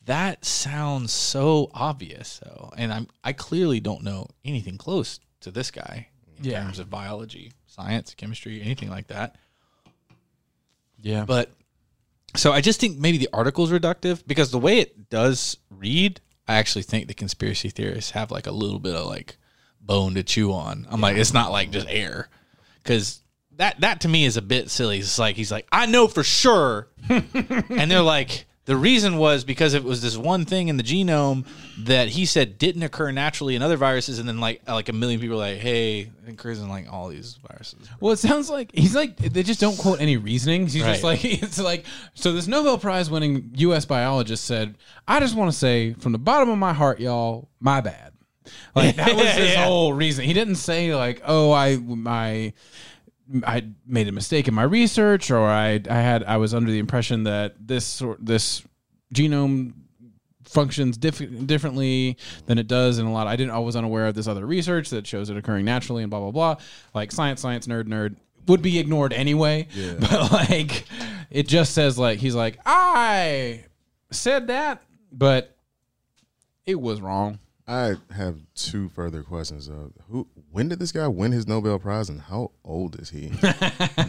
B: that sounds so obvious though and i'm i clearly don't know anything close to this guy in
A: Yeah.
B: terms of biology science chemistry anything like that
A: Yeah.
B: but so I just think maybe the article's reductive because the way it does read, I actually think the conspiracy theorists have like a little bit of like bone to chew on. I'm like, it's not like just air. Cause that that to me is a bit silly. It's like he's like, I know for sure. and they're like, the reason was because it was this one thing in the genome that he said didn't occur naturally in other viruses, and then like like a million people are like, hey, it occurs in like all these viruses.
A: Well, it sounds like he's like they just don't quote any reasonings. He's just
B: Right.
A: like it's like so. This Nobel Prize winning U.S. biologist said, "I just want to say from the bottom of my heart, y'all, my bad." Like that was his whole reason. He didn't say like, "Oh, I my." I made a mistake in my research, or I, I had I was under the impression that this sort this genome functions diff- differently than it does in a lot. I didn't. I was unaware of this other research that shows it occurring naturally and blah blah blah. Like science, science nerd, nerd would be ignored anyway. But like, it just says like he's like I said that, but it was wrong.
C: I have two further questions. Of who? When did this guy win his Nobel Prize, and how old is he?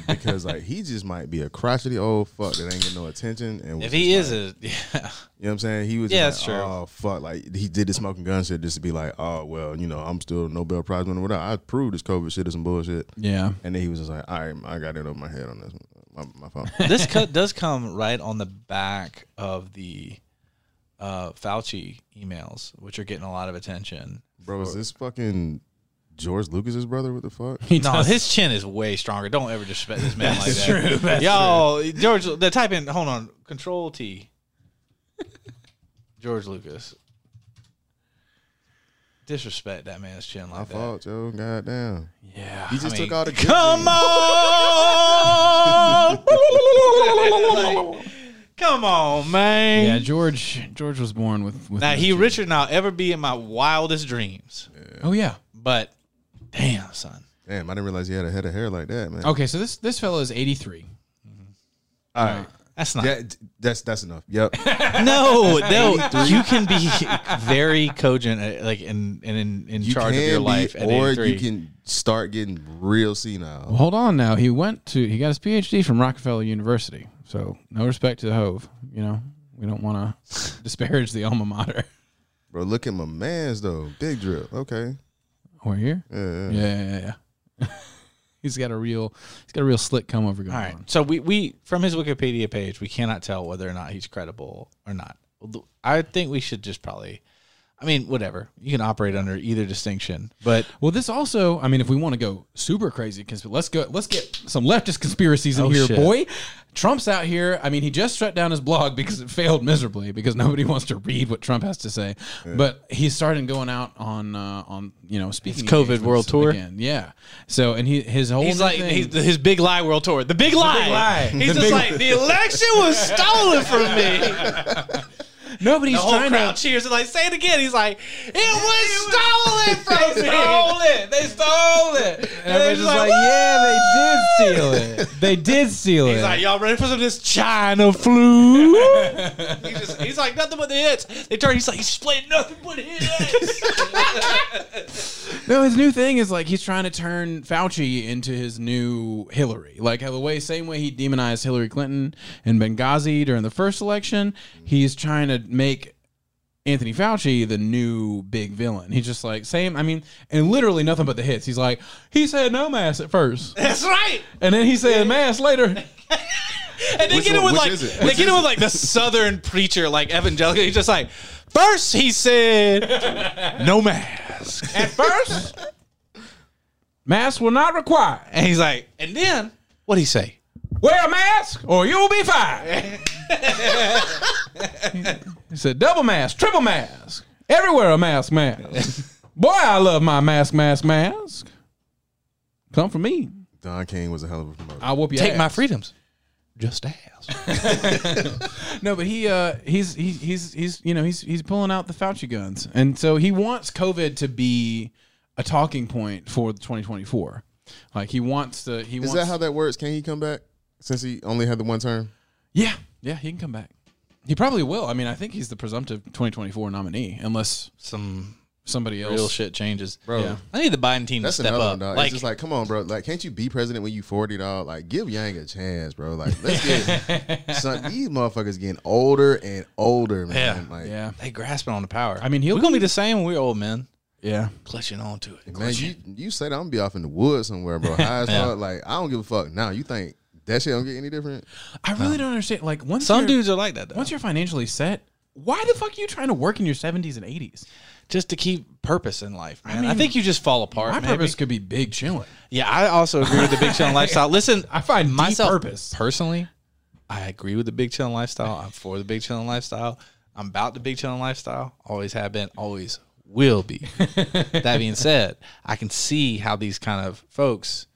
C: because like he just might be a crotchety old fuck that ain't getting no attention. And was
B: If he
C: just
B: is
C: like-
B: a yeah.
C: you know what I'm saying? He was
B: Yeah,
C: just
B: that's
C: like,
B: true.
C: Oh fuck! Like he did the smoking gun shit just to be like, oh well, you know, I'm still a Nobel Prize winner. Whatever. I proved this COVID shit is some bullshit.
A: Yeah.
C: And then he was just like, all right, I got it over my head on this. one. My, my phone.
B: this cut does come right on the back of the uh, Fauci emails, which are getting a lot of attention.
C: Bro, is this fucking George Lucas's brother? What the fuck?
A: He
B: No,
A: does-
B: his chin is way stronger. Don't ever disrespect this man like that. True, Y'all, George, the type in. Hold on, Control T. George Lucas. Disrespect that man's chin
C: My
B: like that.
C: fault, Joe. Goddamn.
A: yeah.
C: He just
B: I mean,
C: took all the good
B: Come
C: things.
B: on, Like, come on, man.
A: Yeah, George. George was born with. with
B: Now
A: no
B: he
A: teeth.
B: richer than I'll ever be in my wildest dreams.
A: Oh yeah.
B: But damn, son.
C: Damn, I didn't realize he had a head of hair like that, man.
A: Okay, so this this fellow is eighty three.
C: All right.
B: That's not
C: That- that's that's enough. Yep.
B: no, no. You can be very cogent, uh, like in in in, in
C: You
B: charge of your
C: can be,
B: life at
C: or
B: age
C: you
B: three.
C: can start getting real senile.
A: Hold on now. He went to he got his PhD from Rockefeller University. So no respect to Hove. You know we don't want to disparage the alma mater.
C: Bro, look at my man's though. Big drill. Okay.
A: We're here.
C: Yeah.
A: Yeah, yeah, yeah. yeah. he's got a real he's got a real slick come over going
B: All right.
A: on.
B: So we we from his Wikipedia page, we cannot tell whether or not he's credible or not. I think we should just probably. I mean, whatever. You can operate under either distinction, but
A: Well, this also, I mean, if we want to go super crazy, consp- let's go. Let's get some leftist conspiracies in
B: Oh,
A: here,
B: shit.
A: boy. Trump's out here. I mean, he just shut down his blog because it failed miserably because nobody wants to read what Trump has to say. But he's starting going out on uh, on you know speaking
B: It's COVID
A: engagements
B: world tour.
A: again. Yeah. So and he his whole
B: He's
A: new
B: like
A: thing-
B: he's, his big lie world tour. The big lie. He's just like the election was stolen from me.
A: Nobody's
B: The
C: Oh,
B: whole
A: trying
B: crowd
A: to.
B: cheers and like, say it again. He's like, it was stolen from me.
H: it. They stole it.
B: And they're just like,
H: yeah, they did steal it. They did steal
B: He's
H: it.
B: like, y'all ready for some of this China flu? he just, he's like, nothing but the hits. They turn, he's like, he's playing nothing but hits.
A: No, his new thing is like he's trying to turn Fauci into his new Hillary. Like how the way, same way he demonized Hillary Clinton and Benghazi during the first election, he's trying to make Anthony Fauci the new big villain. He's just like same. I mean, and literally nothing but the hits. He's like he said no mask at first,
B: That's right.
A: and then he said mask later.
B: And they
C: Which
B: get him with
C: one-
B: like,
C: which is it?
B: they
C: Which
B: get
C: is
B: him with like the southern preacher, like evangelical. He's just like, first he said, no mask.
A: At first, mask will not require.
B: And he's like, and then what'd he say?
A: Wear a mask or you'll be fired. he said, double mask, triple mask. Everywhere a mask, mask. Boy, I love my mask, mask, mask. Come for me.
C: Don King was a hell of a promoter.
A: I'll whoop your
B: Take my
A: ass.
B: freedoms. Just ask.
A: No, but he uh he's he's he's he's you know, he's he's pulling out the Fauci guns. And so he wants COVID to be a talking point for 2024. Like he wants to he
C: Is
A: wants
C: that how that works? Can he come back since he only had the one term?
A: Yeah, yeah, he can come back. He probably will. I mean, I think he's the presumptive 2024 nominee, unless
B: Some
A: somebody else.
B: real shit changes.
C: Bro,
A: Yeah.
B: I need the Biden team
C: that's
B: to step
C: another
B: up.
C: one, dog.
B: Like,
C: it's just like, come on, bro. Like, can't you be president when you 40, dog? Like, give Yang a chance, bro. Like, let's get son, these motherfuckers getting older and older, man. Like,
A: Yeah,
B: they grasping on the power.
A: I mean, he'll-
B: we're gonna be the same when we're old men,
A: yeah.
B: clutching on to it.
C: Man, you, you say that I'm gonna be off in the woods somewhere, bro. High as fuck. Like, I don't give a fuck. Now you think that shit don't get any different?
A: I really don't understand. Like once
B: Some
A: you're-
B: dudes are like that though.
A: once you're financially set, why the fuck are you trying to work in your 70s and 80s?
B: just to keep purpose in life, man. I, think you just fall apart.
A: My
B: maybe.
A: purpose could be big chilling.
B: Yeah, I also agree with the Big Chill lifestyle. Listen,
A: I find deep
B: myself
A: purpose.
B: personally. I agree with the Big Chill lifestyle. I'm for the Big Chill lifestyle. I'm about the Big Chill lifestyle. Always have been. Always will be. that being said, I can see how these kind of folks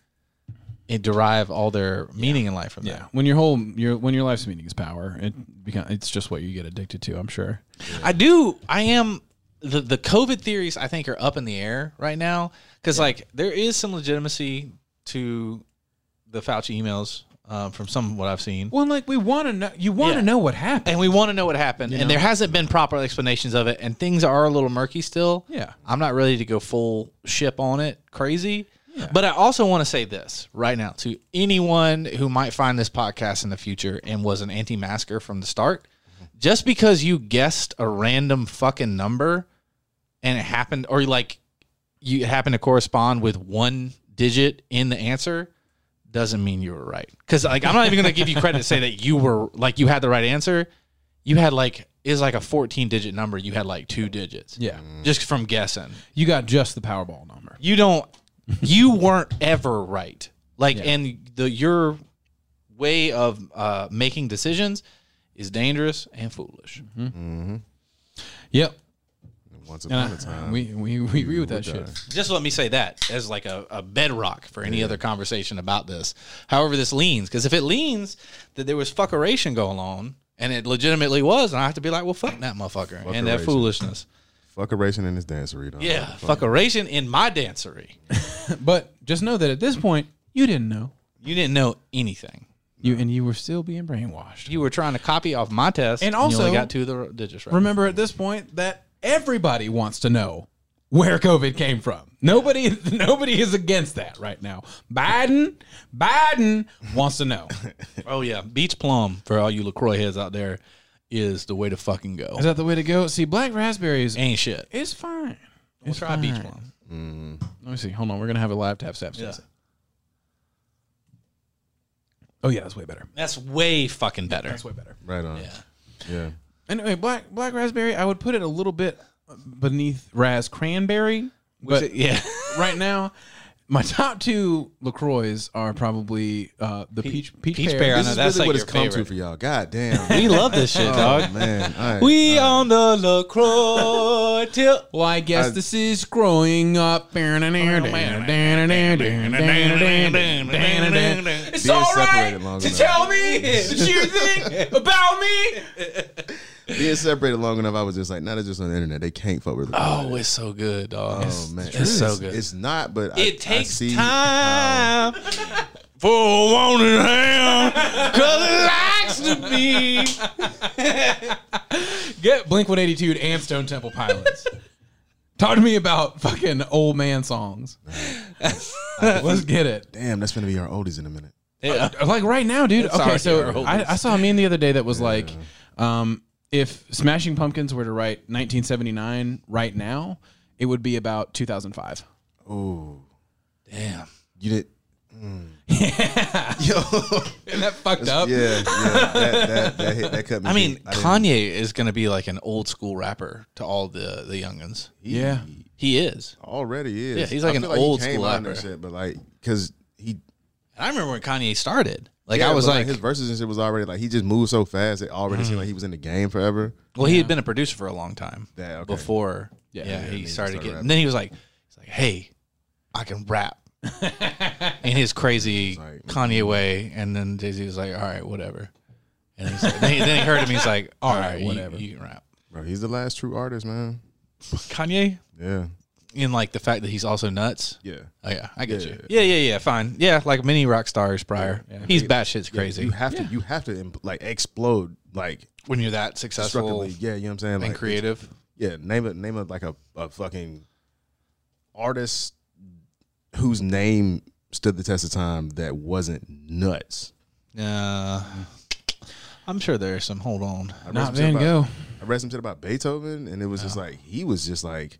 B: it derive all their meaning in life from that.
A: Yeah, when your whole your when your life's meaning is power, it become, it's just what you get addicted to. I'm sure.
B: I do. I am the the COVID theories. I think are up in the air right now because like there is some legitimacy to the Fauci emails um, from some what I've seen,
A: Well, like we want to know. You want to
B: Yeah.
A: know what happened.
B: and we want to know what happened. And
A: know?
B: there hasn't been proper explanations of it, and things are a little murky still.
A: Yeah.
B: I'm not ready to go full ship on it, crazy. But I also want to say this right now to anyone who might find this podcast in the future and was an anti-masker from the start. Just because you guessed a random fucking number and it happened or like you happen to correspond with one digit in the answer doesn't mean you were right because like i'm not even gonna give you credit to say that you were like you had the right answer you had like is like a 14 digit number you had like two digits
A: yeah,
B: just from guessing
A: you got just the Powerball number.
B: you don't you weren't ever right like and the your way of uh making decisions is dangerous and foolish
A: Yep.
C: Once
A: And
C: upon a
A: I,
C: time.
A: we, we we agree with that
C: We're
A: shit.
C: done.
B: just let me say that as like a, a bedrock for any other conversation about this. However, this leans because if it leans that there was fuckeration going on and it legitimately was, and I have to be like, well, fuck that motherfucker and that
C: Fuckeration.
B: foolishness.
C: Fuck a racing in his dancery, dog.
B: Yeah,
C: Fuck.
B: fuckeration in my dancery.
A: But just know that at this point, you didn't know
B: You didn't know anything.
A: you, and you were still being brainwashed.
B: You were trying to copy off my test,
A: And
B: you
A: also-
B: only got two of the digits right.
A: remember at this point that everybody wants to know where COVID came from. Nobody, nobody is against that right now. Biden, Biden wants to know.
B: oh yeah, beach plum for all you Lacroix heads out there is the way to fucking go.
A: Is that the way to go? See, black raspberries
B: Ain't shit.
A: is fine.
B: We'll
A: It's
B: try
A: fine.
B: beach plum.
A: Let me see. Hold on. We're gonna have a live tap tap.
B: Yeah.
A: tap. Oh yeah, that's way better.
B: That's way fucking better.
A: That's way better.
C: Right on.
B: Yeah.
C: yeah.
A: Anyway, black black raspberry. I would put it a little bit beneath Raz cranberry. But
B: yeah.
A: right now, my top two Lacroix are probably uh, the peach peach,
B: peach
A: pear.
B: pear, I
C: This
B: know,
C: is
B: that's
C: really
B: like
C: what
B: your
C: it's come
B: favorite.
C: to for y'all. God damn.
B: We love this shit, dog.
C: oh, man. All right.
B: We on the LaCroix tip.
A: Well, I guess
B: Uh,
C: I-
A: this is growing up. It's
C: Being
A: all right
C: separated long
A: to
C: enough.
A: tell me that you think about me.
C: being separated long enough, I was just like, not nah, it's just on the internet. They can't fuck with it.
B: Oh, it's so good, dog.
C: Oh, man,
B: it's so good.
C: It's not, but I-
B: it
C: I
B: takes
C: see
B: time for wanting him because it likes to be.
A: Get Blink 182 and Stone Temple Pilots. Talk to me about fucking old man songs. Let's get it. Uh,
C: Damn, that's gonna be our oldies in a minute.
B: Yeah.
A: Like right now, dude.
B: That's
A: okay,
B: already our
A: so
B: oldest.
A: I, I saw a meme the other day that was like, um, if Smashing Pumpkins were to write 1979 right now, it would be about 2005.
C: Oh,
B: Damn.
C: you did.
A: Isn't that fucked
C: Yeah,
A: up?
C: yeah, that, that, that hit that cut me.
B: I mean,
C: deep. didn't-
B: Kanye is going to be like an old school rapper to all the the younguns.
A: Yeah.
B: He is.
C: already is.
B: Yeah, he's like
C: I
B: an
C: feel he
B: old
C: came
B: school
C: out and
B: rapper.
C: shit, but like, cause he
B: And I remember when Kanye started. Like
C: Yeah,
B: I was
C: but,
B: like, Mm.
C: his verses and shit was already like he just moved so fast. It already seemed like he was in the game forever.
B: well, he had been a producer for a long time
C: Yeah, okay.
B: before. Yeah,
A: yeah,
B: he
C: he
B: started
C: started
B: getting.
C: rapping.
B: And then he was like, he's like, hey, I can rap. in his crazy
C: like- mm-hmm.
B: Kanye way, and then Jay Z was like, "All right, whatever." And he's like, then, he, then he heard him. He's like, "All right, whatever." You, can rap,
C: Bro, he's the last true artist, man.
B: Kanye."
C: Yeah,
B: In like the fact that he's also nuts.
C: yeah.
B: Oh yeah, I get
C: Yeah,
B: you. Yeah, yeah, yeah. Fine. Yeah, like many rock stars prior. He's batshit's crazy
C: You have to, you have to imp- like explode like
B: when you're that successful
C: destructively. Yeah, you know what I'm saying.
B: and
C: Like,
B: creative.
C: Yeah, name a name a like a, a fucking artist whose name stood the test of time that wasn't nuts.
B: Uh, I'm sure there's some. Hold on.
C: Mm-hmm. I read
A: Not
C: some shit
A: Van
C: about-
A: Gogh.
C: I read some shit about Beethoven, and it was just like he was just like,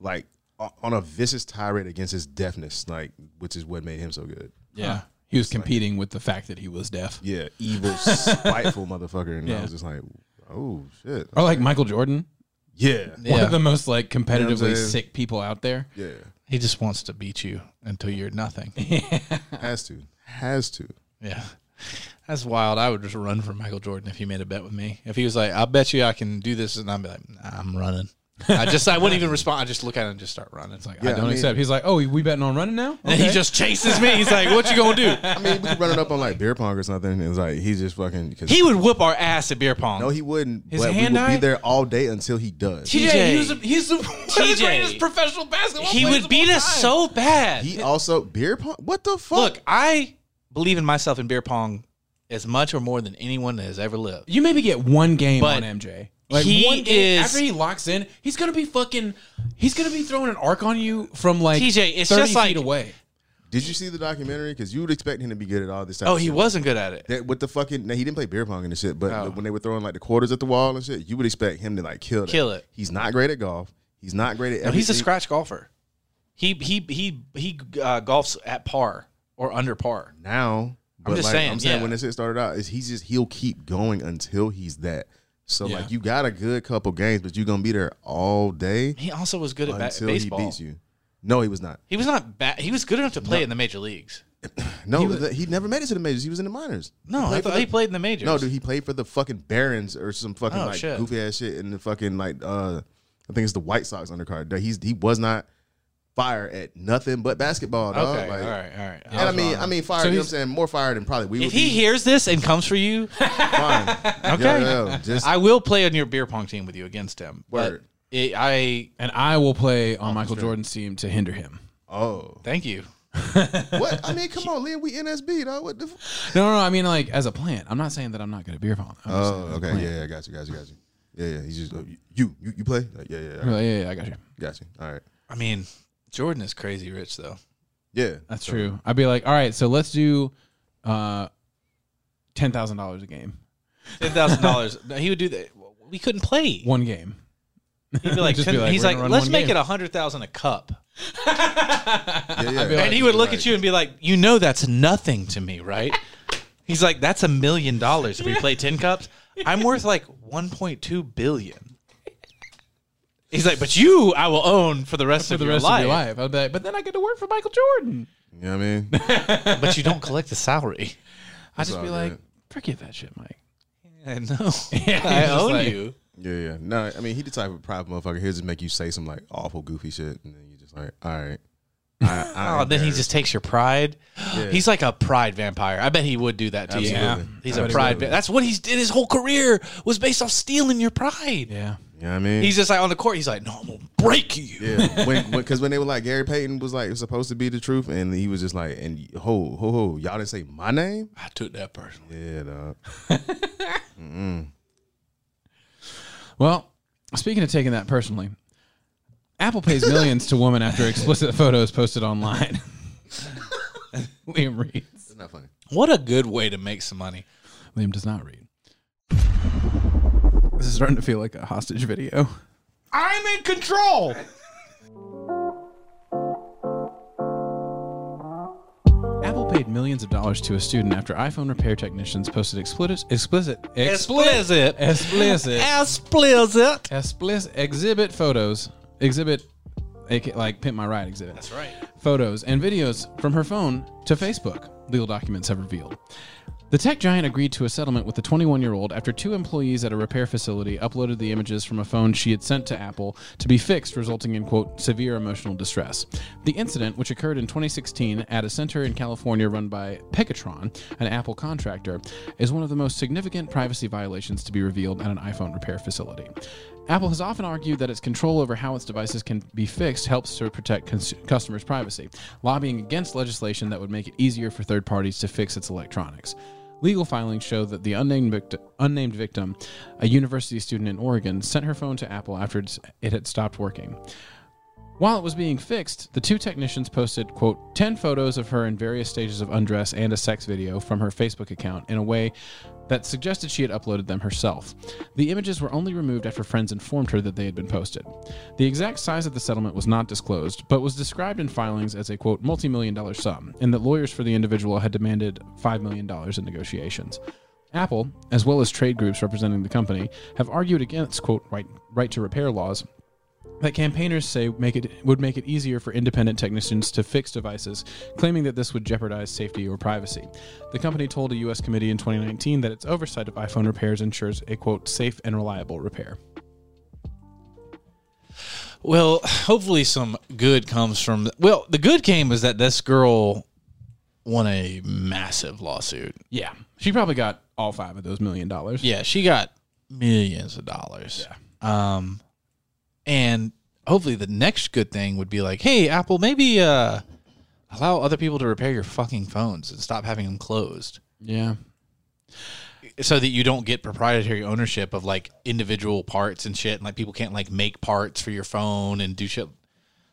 C: like o- on a vicious tirade against his deafness, like which is what made him so good.
A: Yeah. He was competing with the fact that he was deaf.
C: Yeah, evil, spiteful motherfucker, and
A: Yeah.
C: I was just like, oh shit.
A: Or like Michael Jordan, one
C: Yeah,
A: of
B: Yeah,
A: the most like
C: I'm
A: competitively
C: saying?
A: sick people out there.
C: yeah,
B: he just wants to beat you until you're nothing.
C: has to, has to.
B: Yeah. That's wild. I would just run from Michael Jordan if he made a bet with me. If he was like, "I bet you I can do this," and I'd be like, nah, "I'm running." I just I wouldn't even respond. I just look at him and just start running. It's like,
A: I
C: Yeah,
A: don't
C: mean-
A: accept. He's like, oh, we betting on running now?
B: and he
A: Okay.
B: just chases me. He's like, "What you gonna do?"
C: I mean, we could run it up on like beer pong or something, and it's like he's just fucking. Cause
B: He would whoop our ass at beer pong.
C: no, he wouldn't.
A: His
C: but
A: hand
C: we would
A: eye?
C: be there all day until he does. He,
B: TJ,
A: He's, a, he's a, one of the
B: TJ.
A: greatest professional basketball
B: he
A: players
B: would
A: of
B: beat
A: all
B: us
A: time.
B: so bad.
C: also beer pong. What the fuck?
B: Look, I believe in myself in beer pong as much or more than anyone that has ever lived.
A: You maybe get one game
B: But
A: on MJ. Like
B: he
A: one game
B: is-
A: after he locks in, he's gonna be fucking. He's gonna be throwing an arc on you from like
B: TJ, it's
A: thirty
B: just like-
A: feet away.
C: Did you see the documentary? Because you would expect him to be good at all this type.
B: Oh,
C: of
B: he
C: shit.
B: wasn't good at it.
C: That with the fucking now, he didn't play beer pong and the shit, but
B: Oh.
C: when they were throwing like the quarters at the wall and shit, you would expect him to like kill that.
B: Kill it.
C: He's not great at golf. He's not great
B: No, he's
C: at.
B: a
C: everything.
B: scratch golfer. He he he he uh, golfs at par or under par.
C: now. But
B: just
C: like,
B: saying,
C: I'm saying
B: yeah.
C: when this shit started out, is he's just he'll keep going until he's that. So
A: Yeah.
C: like you got a good couple games, but you're gonna be there all day
B: He also was good at ba-
C: until
B: baseball.
C: he
B: He,
C: beats you. No, he was not.
B: was not bad. He was good enough to play in the major leagues.
C: No, he, he never made it to the majors. He was in the minors.
B: No, I
C: played for
B: thought
C: the-
B: he played in the majors.
C: No, dude, he played for the fucking Barons or some fucking
B: Oh,
C: like
B: shit.
C: goofy ass shit in the fucking like uh I think it's the White Sox undercard. That He's he was not fire at nothing but basketball.
B: Okay,
C: Dog.
B: all
C: uh, like,
B: right, all right.
C: And I mean, I mean, fire. you know what I'm saying? More fire than probably we
B: if
C: would
B: he
C: be
B: hears this and comes for you,
C: fine. okay, just
B: I will play on your beer pong team with you against him. But
C: Word.
B: it- I Oh,
A: And I will play on Michael Jordan's team to hinder him.
C: oh,
B: thank you.
C: what? I mean, come on, Lynn, we NSB, dog. What the? F-
A: No, no, no. I mean, like as a plant. I'm not saying that I'm not good at beer pong.
B: Uh,
A: I'm just
C: oh, okay, yeah, yeah, got you, got you, got you. Yeah, yeah. He's just uh, you, you, you play? Like, yeah, yeah, yeah,
A: saying- yeah, yeah, yeah, I got you.
C: got you. All right,
B: I mean, Jordan is crazy rich though.
C: yeah,
A: That's true. I'd be like, all right, so let's do uh, ten thousand dollars a game,
B: Ten thousand dollars. He would do that. We couldn't play.
A: one game.
B: He'd be like,
A: Just be
B: "Ten-"
A: like,
B: he's
A: "We're
B: like,
A: gonna run
B: let's
A: one
B: make
A: game."
B: it a hundred thousand a cup.
C: yeah, yeah.
B: And he would look at you and be like, you know, that's nothing to me, right? He's like, that's a million dollars if we play ten cups. I'm worth like one point two billion. He's like, but you, I will own for the rest,
A: For
B: of,
A: the
B: your
A: rest
B: life,
A: of your life, I'd be like, but then I get to work for Michael Jordan.
C: You know what I mean?
B: But you don't collect the salary.
A: I'd just
C: all
A: be like,
C: good.
A: forget that shit, Mike.
B: I know.
A: he's
B: I
A: just
B: own
A: like-
B: you.
C: Yeah, yeah. No, I mean, he the type of proud motherfucker. He'll just make you say some like awful, goofy shit, and then you just like, all right, I, I
B: Oh, then he just takes your pride.
C: Yeah.
B: He's like a pride vampire. I bet he would do that to you.
C: Absolutely.
B: He's
C: I
B: a
C: bet he
B: pride.
C: would.
B: Va- that's what he did. His whole career was based off stealing your pride.
A: Yeah.
C: you know what I mean.
B: He's just like on the court. He's like, no, I'm gonna break you.
C: yeah, when because when they were like Gary Payton was like it was supposed to be the truth, and he was just like, and ho ho ho, y'all didn't say my name.
B: I took that personally.
C: Yeah, dog.
A: Well, speaking of taking that personally, Apple pays millions to woman after explicit photos posted online. Liam reads.
C: It's not funny.
B: What a good way to make some money.
A: Liam does not read. This is starting to feel like a hostage video.
B: I'm in control.
A: Apple paid millions of dollars to a student after iPhone repair technicians posted explicit explicit
B: Explicit.
A: explicit
B: Explicit.
A: explicit exhibit photos exhibit aka, like pimp my ride exhibit. That's
B: Right.
A: photos and videos from her phone to Facebook, legal documents have revealed. The tech giant agreed to a settlement with the 21 year old after two employees at a repair facility uploaded the images from a phone she had sent to Apple to be fixed, resulting in, quote, severe emotional distress. The incident, which occurred in 2016 at a center in California run by Picatron, an Apple contractor, is one of the most significant privacy violations to be revealed at an iPhone repair facility. Apple has often argued that its control over how its devices can be fixed helps to protect cons- customers' privacy, lobbying against legislation that would make it easier for third parties to fix its electronics. Legal filings show that the unnamed, vict- unnamed victim, a university student in Oregon, sent her phone to Apple after it's- it had stopped working. While it was being fixed, the two technicians posted, quote, 10 photos of her in various stages of undress and a sex video from her Facebook account in a way that suggested she had uploaded them herself. The images were only removed after friends informed her that they had been posted. The exact size of the settlement was not disclosed, but was described in filings as a, quote, multi million dollar sum, and that lawyers for the individual had demanded $5 million in negotiations. Apple, as well as trade groups representing the company, have argued against, quote, right, right to repair laws that campaigners say make it would make it easier for independent technicians to fix devices, claiming that this would jeopardize safety or privacy. The company told a U.S. committee in 2019 that its oversight of iPhone repairs ensures a quote safe and reliable repair.
B: Well, hopefully some good comes from. Well, the good came is that this girl won a massive lawsuit.
A: Yeah, she probably got all five of those million dollars.
B: Yeah, she got millions of dollars. Yeah. Um, and hopefully the next good thing would be like, hey, Apple, maybe uh, allow other people to repair your fucking phones and stop having them closed,
A: yeah,
B: so that you don't get proprietary ownership of like individual parts and shit, and like people can't like make parts for your phone and do shit.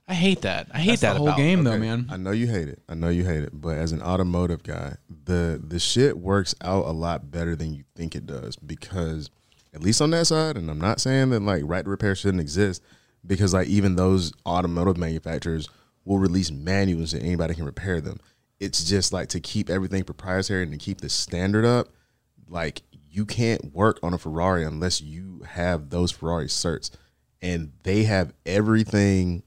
B: I hate that. I hate that
A: the whole
B: about-
A: game though,
C: Okay,
A: man.
C: I know you hate it. I know you hate it. But as an automotive guy, the the shit works out a lot better than you think it does because at least on that side, and I'm not saying that like right to repair shouldn't exist, because like even those automotive manufacturers will release manuals that anybody can repair them. It's just like to keep everything proprietary and to keep the standard up, like you can't work on a Ferrari unless you have those Ferrari certs. And they have everything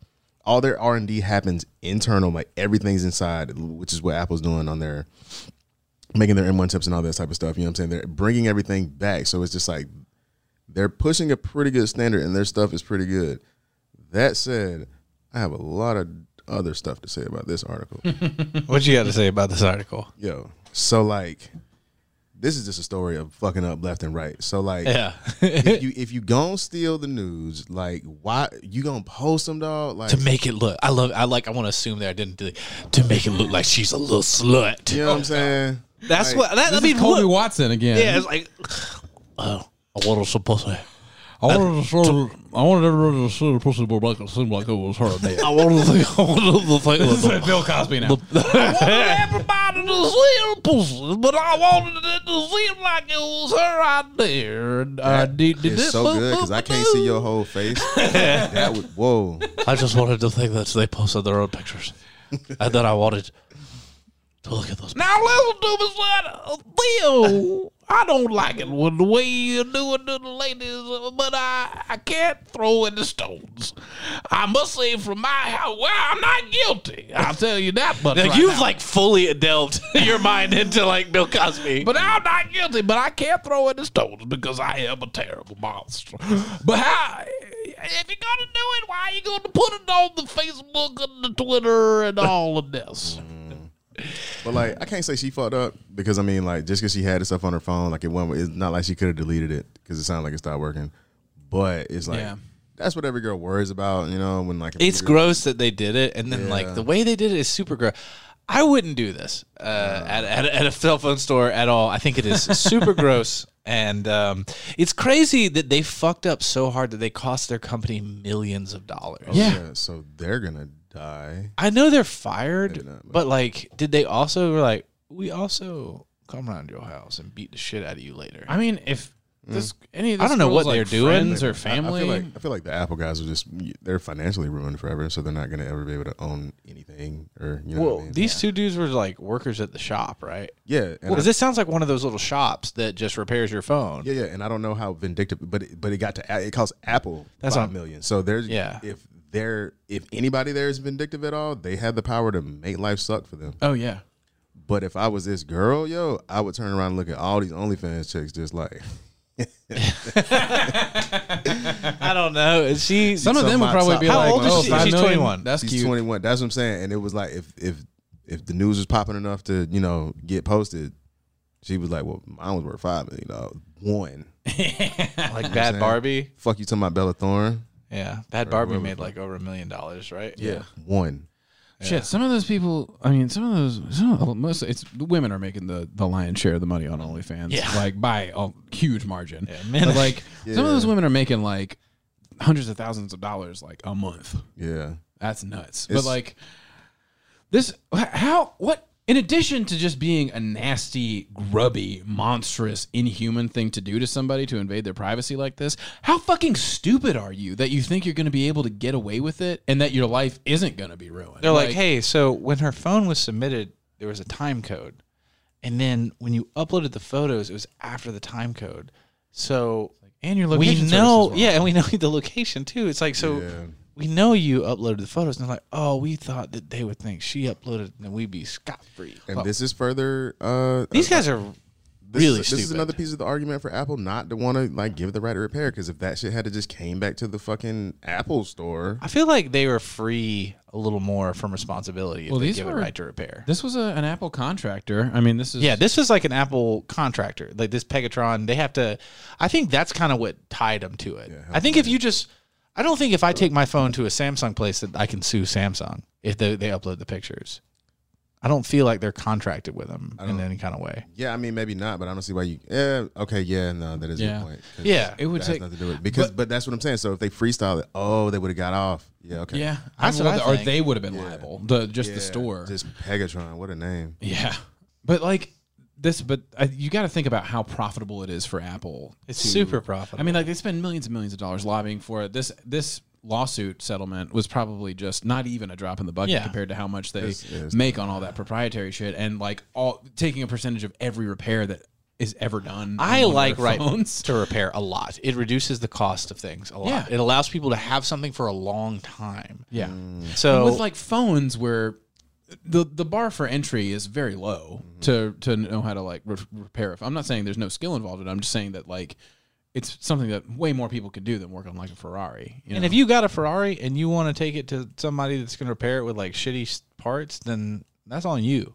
C: all their R and D happens internal, like everything's inside, which is what Apple's doing on their making their M1 chips and all that type of stuff. You know what I'm saying? They're bringing everything back, so it's just like they're pushing a pretty good standard, and their stuff is pretty good. That said, I have a lot of other stuff to say about this article.
B: What you got to say about this article?
C: Yo, so like, this is just a story of fucking up left and right. So like,
B: Yeah.
C: if you if you gonna steal the news, like, why you gonna post them, dog? Like,
B: to make it look, I love. I like. I want to assume that I didn't do it. to make it look like she's a little slut.
C: you know what I'm saying?
B: That's what. That, I
A: This
B: mean,
A: is Colby
B: look.
A: Watson again.
B: Yeah, it's like, oh, I want to supposed to.
F: I wanted, to sort of, I wanted everybody to see the pussy boy like it seemed like it was her dad.
B: I want to think. I want to think.
A: This is like Bill Cosby now.
B: everybody to see the pussy, but I wanted it to seem like it was her idea. And I did, did
C: It's
B: it,
C: so
B: boop,
C: good because
B: boop,
C: I can't
B: boop.
C: see your whole face. that would whoa.
B: I just wanted to think that they posted their own pictures, and then I wanted to look at those. Now listen to me, son. Theo, I don't like it when the way you do it to the ladies, but I, I can't throw in the stones. I must say, from my house, well, I'm not guilty. I'll tell you that much. Now, you've like fully delved your mind into like Bill Cosby, but I'm not guilty. But I can't throw in the stones because I am a terrible monster. But how?
I: if you're gonna do it, why are you gonna put it on the Facebook and the Twitter and all of this?
C: But like, I can't say she fucked up because I mean, like, just because she had the stuff on her phone, like it wasn't. It's not like she could have deleted it because it sounded like it stopped working. But it's like
A: Yeah.
C: that's what every girl worries about, you know. When like a
B: It's
C: computer-
B: gross that they did it, and then like the way they did it is super gross. I wouldn't do this uh, at, at, at a cell phone store at all. I think it is super gross, and um, it's crazy that they fucked up so hard that they cost their company millions of dollars.
A: Yeah.
C: so they're gonna die.
B: I know they're fired,
C: Maybe not, but-
B: but like, did they also were like, we also come around your house and beat the shit out of you later?
A: I mean, if this any of
B: Mm. I
A: this
B: don't know
A: girl's,
B: what they're
A: like,
B: doing.
A: friends or
C: I- I
A: family.
C: feel like I feel like the Apple guys are just they're financially ruined forever, so they're not gonna ever be able to own anything or you know. what I
B: well,
C: mean?
B: these two dudes were like workers at the shop, right?
C: yeah, and I-
B: Because this sounds like one of those little shops that just repairs your phone.
C: Yeah, yeah, and I don't know how vindictive, but it, but it got to it cost Apple
B: That's
C: five
B: what-
C: million. So there's
B: Yeah.
C: if they're if anybody there is vindictive at all, they had the power to make life suck for them.
A: oh yeah,
C: But if I was this girl, yo, I would turn around and look at all these OnlyFans chicks, just like
B: I don't know. She
A: some of
C: So
A: them would
C: my
A: probably
C: top-
A: be
B: How
A: like,
B: old is
A: oh,
B: she?
A: five
B: She's
A: million?
B: 21.
A: That's
C: she's
A: cute.
C: twenty one. That's what I'm saying. And it was like if if if the news was popping enough to you know get posted, she was like, well, mine was worth five million dollars. One,
B: like Bad
C: saying?
B: Barbie.
C: fuck you talking about Bella Thorne?
B: Yeah, Bad Barbie made like over a million dollars, right?
C: one.
A: Shit, some of those people. I mean, some of those. Some of, most it's the women are making the the lion's share of the money on OnlyFans.
B: Yeah.
A: like by a huge margin.
B: Yeah, men-
A: But, like some of those
C: Yeah.
A: women are making like hundreds of thousands of dollars like a month.
C: Yeah,
A: That's nuts.
C: It's-
A: but like this, how what? In addition to just being a nasty, grubby, monstrous, inhuman thing to do to somebody to invade their privacy like this, how fucking stupid are you that you think you're going to be able to get away with it and that your life isn't going to be ruined?
B: They're like, hey, so when her phone was submitted, there was a time code, and then when you uploaded the photos, it was after the time code. So
A: and your
B: we
A: location service is
B: know,
A: wrong.
B: yeah, and we know the location too. It's like so.
C: Yeah.
B: We know you uploaded the photos, and they're like, "Oh, we thought that they would think she uploaded, and we'd be scot free."
C: and this is further. uh
B: These guys are
C: This
B: really
C: is,
B: stupid.
C: This is another piece of the argument for Apple not to want to like give the right to repair because if that shit had to just came back to the fucking Apple store,
B: I feel like they were free a little more from responsibility if
A: Well,
B: they
A: these
B: give
A: were-
B: it right to repair.
A: This was a, an Apple contractor. I mean, this is
B: yeah, this was like an Apple contractor, like this Pegatron. They have to. I think that's kind of what tied them to it. I think if you just, I don't think if I take my phone to a Samsung place that I can sue Samsung if they, they upload the pictures. I don't feel like they're contracted with them in any kind of way.
C: yeah, I mean maybe not, but I don't see why you. Yeah, okay, yeah, no, that is
A: Yeah.
C: your point. 'Cause
B: Yeah,
A: It would
C: that
A: take.
C: has nothing to do with it. because, but, that's what I'm saying. So if they freestyle it, oh, they would have got off. Yeah, okay,
A: Yeah,
B: That's
A: I
B: what I
A: mean, or
B: think.
A: they would have been liable. The just the store.
C: Just Pegatron, what a name.
A: yeah, but like this, but I, you got to think about how profitable it is for Apple.
B: it's super
A: I
B: profitable.
A: mean, like they spend millions and millions of dollars lobbying for it. This this lawsuit settlement was probably just not even a drop in the bucket
B: Yeah.
A: compared to how much they
C: it's-
A: make on all that proprietary shit and like all taking a percentage of every repair that is ever done. on
B: I
A: one of
B: like
A: their
B: right
A: phones.
B: to repair a lot. It reduces the cost of things a lot.
A: Yeah.
B: It allows people to have something for a long time.
A: Yeah.
B: So
A: with like phones where the the bar for entry is very low to to know how to like re- repair it. I'm not saying there's no skill involved in it. I'm just saying that like it's something that way more people could do than work on like a Ferrari. You know?
B: And if you got a Ferrari and you want to take it to somebody that's going to repair it with like shitty s- parts, then that's on you.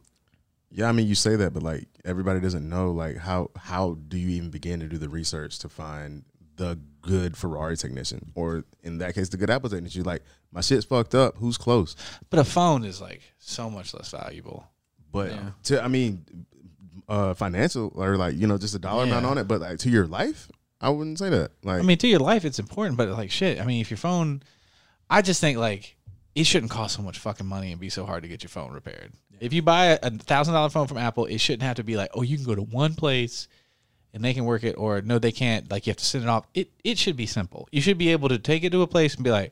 C: Yeah, I mean you say that, but like everybody doesn't know like how how do you even begin to do the research to find the good Ferrari technician or in that case the good Apple technician? You're like my shit's fucked up. Who's close?
B: But a phone is like so much less valuable.
C: But to I mean, uh, financial or like you know just a dollar amount on it, but like to your life, I wouldn't say that. Like
B: I mean, to your life, it's important, but like shit. I mean, if your phone, I just think like it shouldn't cost so much fucking money and be so hard to get your phone repaired. If you buy a thousand dollar phone from Apple, it shouldn't have to be like, oh, you can go to one place and they can work it, or no, they can't. Like you have to send it off. It it should be simple. You should be able to take it to a place and be like,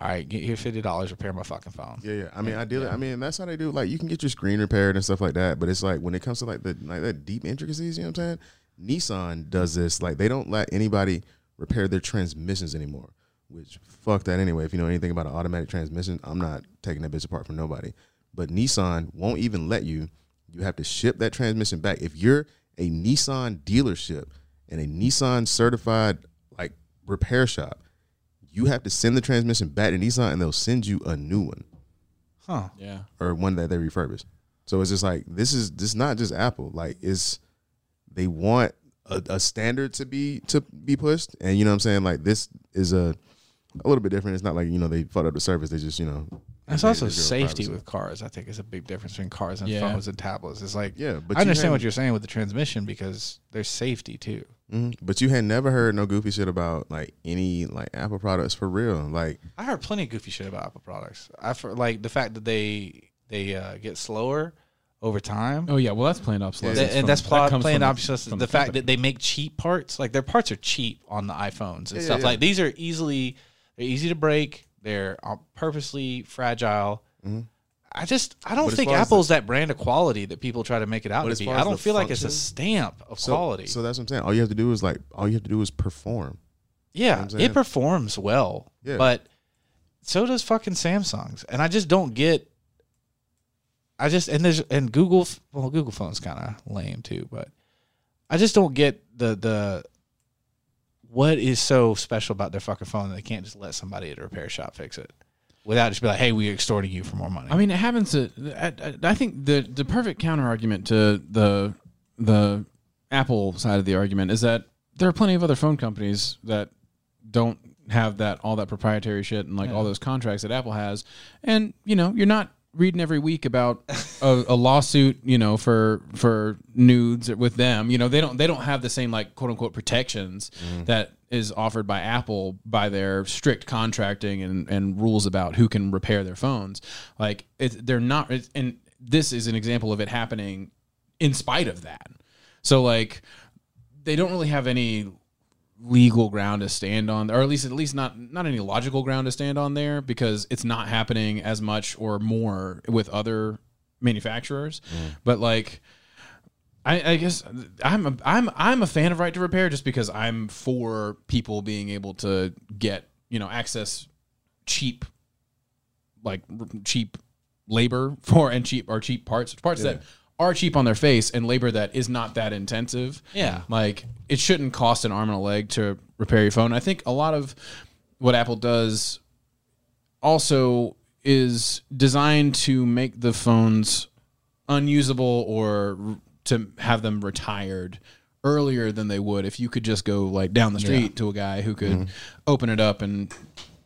B: all right, get here fifty dollars, repair my fucking phone.
C: yeah, yeah. I mean, ideally, I mean that's how they do. it. Like you can get your screen repaired and stuff like that, but it's like when it comes to like the like that deep intricacies, you know what I'm saying? Nissan does this. Like they don't let anybody repair their transmissions anymore. Which fuck that anyway. If you know anything about an automatic transmission, I'm not taking that bitch apart from nobody. But Nissan won't even let you. You have to ship that transmission back. If you're a Nissan dealership and a Nissan certified like repair shop, you have to send the transmission back to Nissan and they'll send you a new one
B: Huh.
A: Yeah.
C: or one that they refurbish. So it's just like this is this is not just Apple. Like it's they want a, a standard to be to be pushed, and you know what I'm saying. Like this is a a little bit different. It's not like you know they fucked up the service. They just you know.
B: That's
C: they-
B: also
C: they drove
B: safety
C: privacy.
B: with cars. I think is a big difference between cars and
A: Yeah.
B: phones and tablets. It's like
C: Yeah, but
B: I
C: you
B: understand
C: had-
B: what you're saying with the transmission because there's safety too.
C: Mhm. But you had never heard no goofy shit about like any like Apple products for real. Like
B: I heard plenty of goofy shit about Apple products. I for, like the fact that they they uh, get slower over time.
A: Oh yeah. Well, that's planned obsolescence.
B: Th- and
A: from-
B: that's plot,
A: comes
B: planned
A: from-
B: obsolescence.
A: from
B: The fact
A: company.
B: that they make cheap parts, like their parts are cheap on the iPhones and
C: Yeah,
B: stuff.
C: yeah.
B: Like these are easily, they're easy to break. They're uh, purposely fragile.
C: Mm-hmm.
B: I just, I don't
C: But as
B: think
C: far as
B: Apple's that brand of quality that people try to make it out
C: But
B: to
C: as
B: be.
C: far
B: I
C: as
B: don't
C: the
B: feel like it's a
C: function-
B: stamp of
C: so,
B: quality.
C: So that's what I'm saying. All you have to do is like all you have to do is perform.
B: yeah,
C: I'm saying?
B: it performs well,
C: Yeah.
B: but so does fucking Samsung's, and I just don't get. I just and there's and Google f- well Google phone's kind of lame too, but I just don't get the the what is so special about their fucking phone that they can't just let somebody at a repair shop fix it without just be like, hey, we're extorting you for more money.
A: I mean, it happens. To, I, I- I think the the perfect counter argument to the the Apple side of the argument is that there are plenty of other phone companies that don't have that all that proprietary shit and like all those contracts that Apple has, and you know you're not reading every week about a, a lawsuit you know for for nudes with them you know they don't they don't have the same like quote unquote protections that is offered by apple by their strict contracting and and rules about who can repair their phones like it, they're not it's, and this is an example of it happening in spite of that so like they don't really have any legal ground to stand on or at least at least not not any logical ground to stand on there because it's not happening as much or more with other manufacturers but like I, I guess I'm a, I'm I'm a fan of right to repair just because I'm for people being able to get you know access cheap like r- cheap labor for and cheap or cheap parts parts that are cheap on their face and labor that is not that intensive.
B: Yeah.
A: Like it shouldn't cost an arm and a leg to repair your phone. I think a lot of what Apple does also is designed to make the phones unusable or r- to have them retired earlier than they would if you could just go like down the street to a guy who could open it up and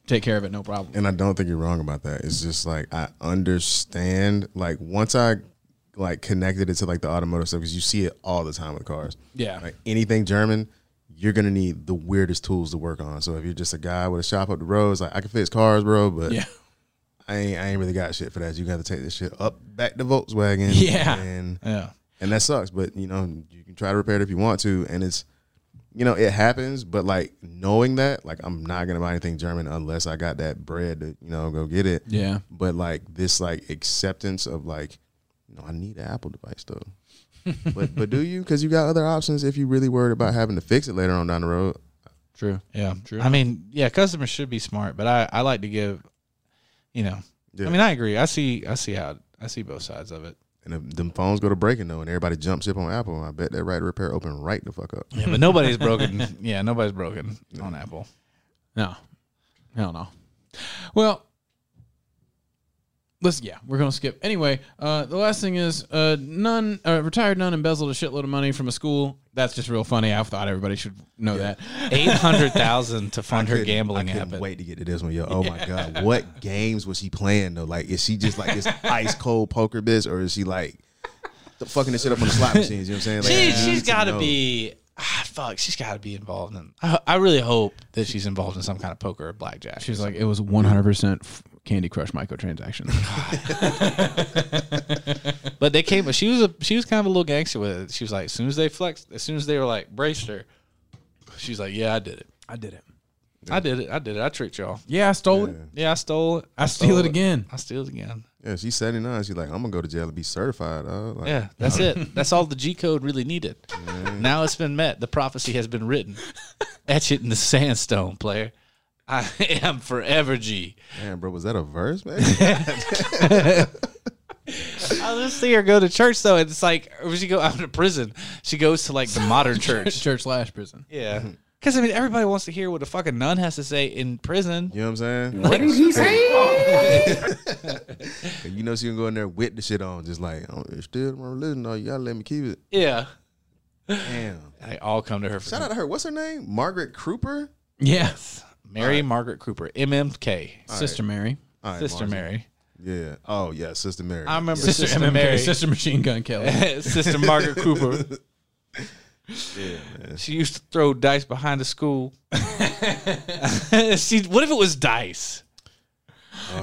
A: take care of it no problem.
C: and I don't think you're wrong about that. It's just like I understand. Like once I like connected it to like the automotive stuff because you see it all the time with cars.
A: Yeah.
C: like anything German, you're gonna need the weirdest tools to work on. So if you're just a guy with a shop up the road, it's like I can fix cars, bro, but
A: Yeah.
C: I ain't I ain't really got shit for that. You got to take this shit up back to Volkswagen.
A: Yeah.
C: and
B: yeah,
C: and that sucks. But you know, you can try to repair it if you want to, and it's you know it happens. But like knowing that, like I'm not gonna buy anything German unless I got that bread to you know go get it.
A: Yeah.
C: But like this like acceptance of like, you know, I need an Apple device though. but but do you? Because you got other options if you really worried about having to fix it later on down the road.
A: True.
B: yeah. I mean, yeah, customers should be smart, but I I like to give, you know,
C: Yeah.
B: I mean, I agree. I see I see how I see both sides of it.
C: And if them phones go to breaking though, and everybody jumps ship on Apple, I bet that right to repair open right the fuck up.
B: Yeah, but nobody's broken. Yeah, nobody's broken on Apple.
A: No. Hell no. Well, let's yeah, we're gonna skip. Anyway, uh, the last thing is uh, nun, uh, retired nun embezzled a shitload of money from a school. That's just real funny. I thought everybody should know that.
B: Eight hundred thousand to fund her
C: couldn't-
B: gambling
C: I couldn't
B: habit.
C: Wait to get to this one, yo. Oh my god, what games was she playing though? Like, is she just like this ice cold poker bitch, or is she like the fucking the shit up on the slot machines? You know what I'm saying? Like,
B: She,
C: I need
B: she's
C: to
B: got to
C: know.
B: be. Ah, fuck, she's got to be involved in. I, I really hope that she's involved in some kind of poker or blackjack.
A: She's like, it was one hundred percent Candy Crush microtransaction.
B: but they came. She was a. She was kind of a little gangster with it. She was like, as soon as they flexed, as soon as they were like braced her, she's like, yeah, I did it.
A: I did it.
B: I did it. I did it. I tricked y'all.
A: Yeah, I stole it.
B: Yeah, I stole it.
A: I steal
B: stole
A: it again.
B: I steal it again.
C: Yeah, she's 79. She's like, I'm gonna go to jail to be certified. Dog. Like,
B: Yeah, that's it. That's all the G code really needed. Now it's been met. The prophecy has been written. Etch it in the sandstone, player. I am forever G.
C: Damn, bro, was that a verse, man?
B: I just see her go to church though, and it's like, or she go out to prison. She goes to like the modern church.
A: Church slash prison.
B: Yeah, Because I mean, everybody wants to hear what a fucking nun has to say in prison.
C: You know what I'm saying?
D: What did he say?
C: And you know she can go in there with the shit on, just like, oh, it's still my religion, though. You gotta let me keep it.
B: Yeah,
C: Damn.
B: they all come to her. For
C: Shout out to her. What's her name? Margaret Kruper?
A: Yes.
B: Mary Margaret Cooper, MMK,
A: Sister Mary.
C: All right,
B: Sister
C: Margaret.
B: Mary.
C: Yeah. Oh, yeah, Sister Mary.
B: I remember
A: Sister,
B: Sister,
A: MMK,
B: Mary,
A: Sister Machine Gun Kelly.
B: Sister Margaret Cooper. She used to throw dice behind the school. she, what if it was dice?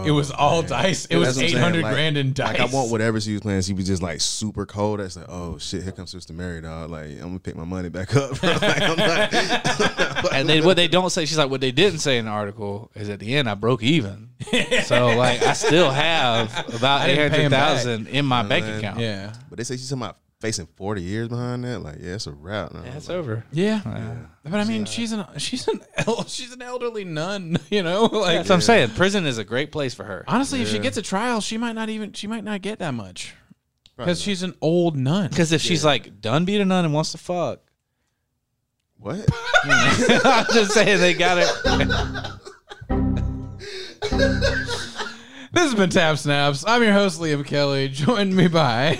A: it was all dice. It
C: Yeah,
A: was
C: that's what I'm
A: eight
C: saying.
A: hundred
C: Like-
A: grand in dice.
C: Like, I want whatever she was playing. She was just like super cold. That's like, oh shit, here comes Sister Mary, dog. Like, I'm gonna pick my money back up. bro. Like, I'm not-
B: And they, what they don't say, she's like, what they didn't say in the article is at the end, I broke even. so like, I still have about eight
A: didn't pay
B: hundred
A: 'em back.
B: thousand in my bank
C: man.
B: account.
A: Yeah.
C: but they say she's talking about facing 40 years behind that. Like, yeah, it's a wrap. And I was
B: that's
C: like,
B: over.
A: Yeah. But I mean, she's an she's an el- she's an elderly nun. You know, like
B: That's what I'm saying. Prison is a great place for her
A: honestly, if she gets a trial, she might not even she might not get that much
C: Probably not.
A: because she's an old nun.
B: because if she's like done being a nun and wants to fuck,
C: What?
B: I'm just saying they got her.
A: This has been Tap Snaps. I'm your host Liam Kelly. Join me by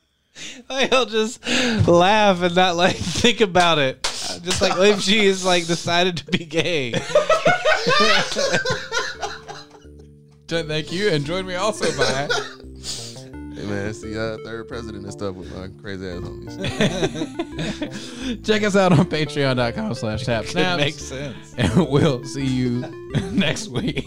B: He'll just laugh and not like think about it. Just like if she is like decided to be gay.
A: thank you, and join me also by
C: hey, man, it's the uh, third president and stuff with my crazy ass homies.
A: check us out on Patreon.com/slash Tap
B: It
A: Snaps,
B: makes sense.
A: and we'll see you next week.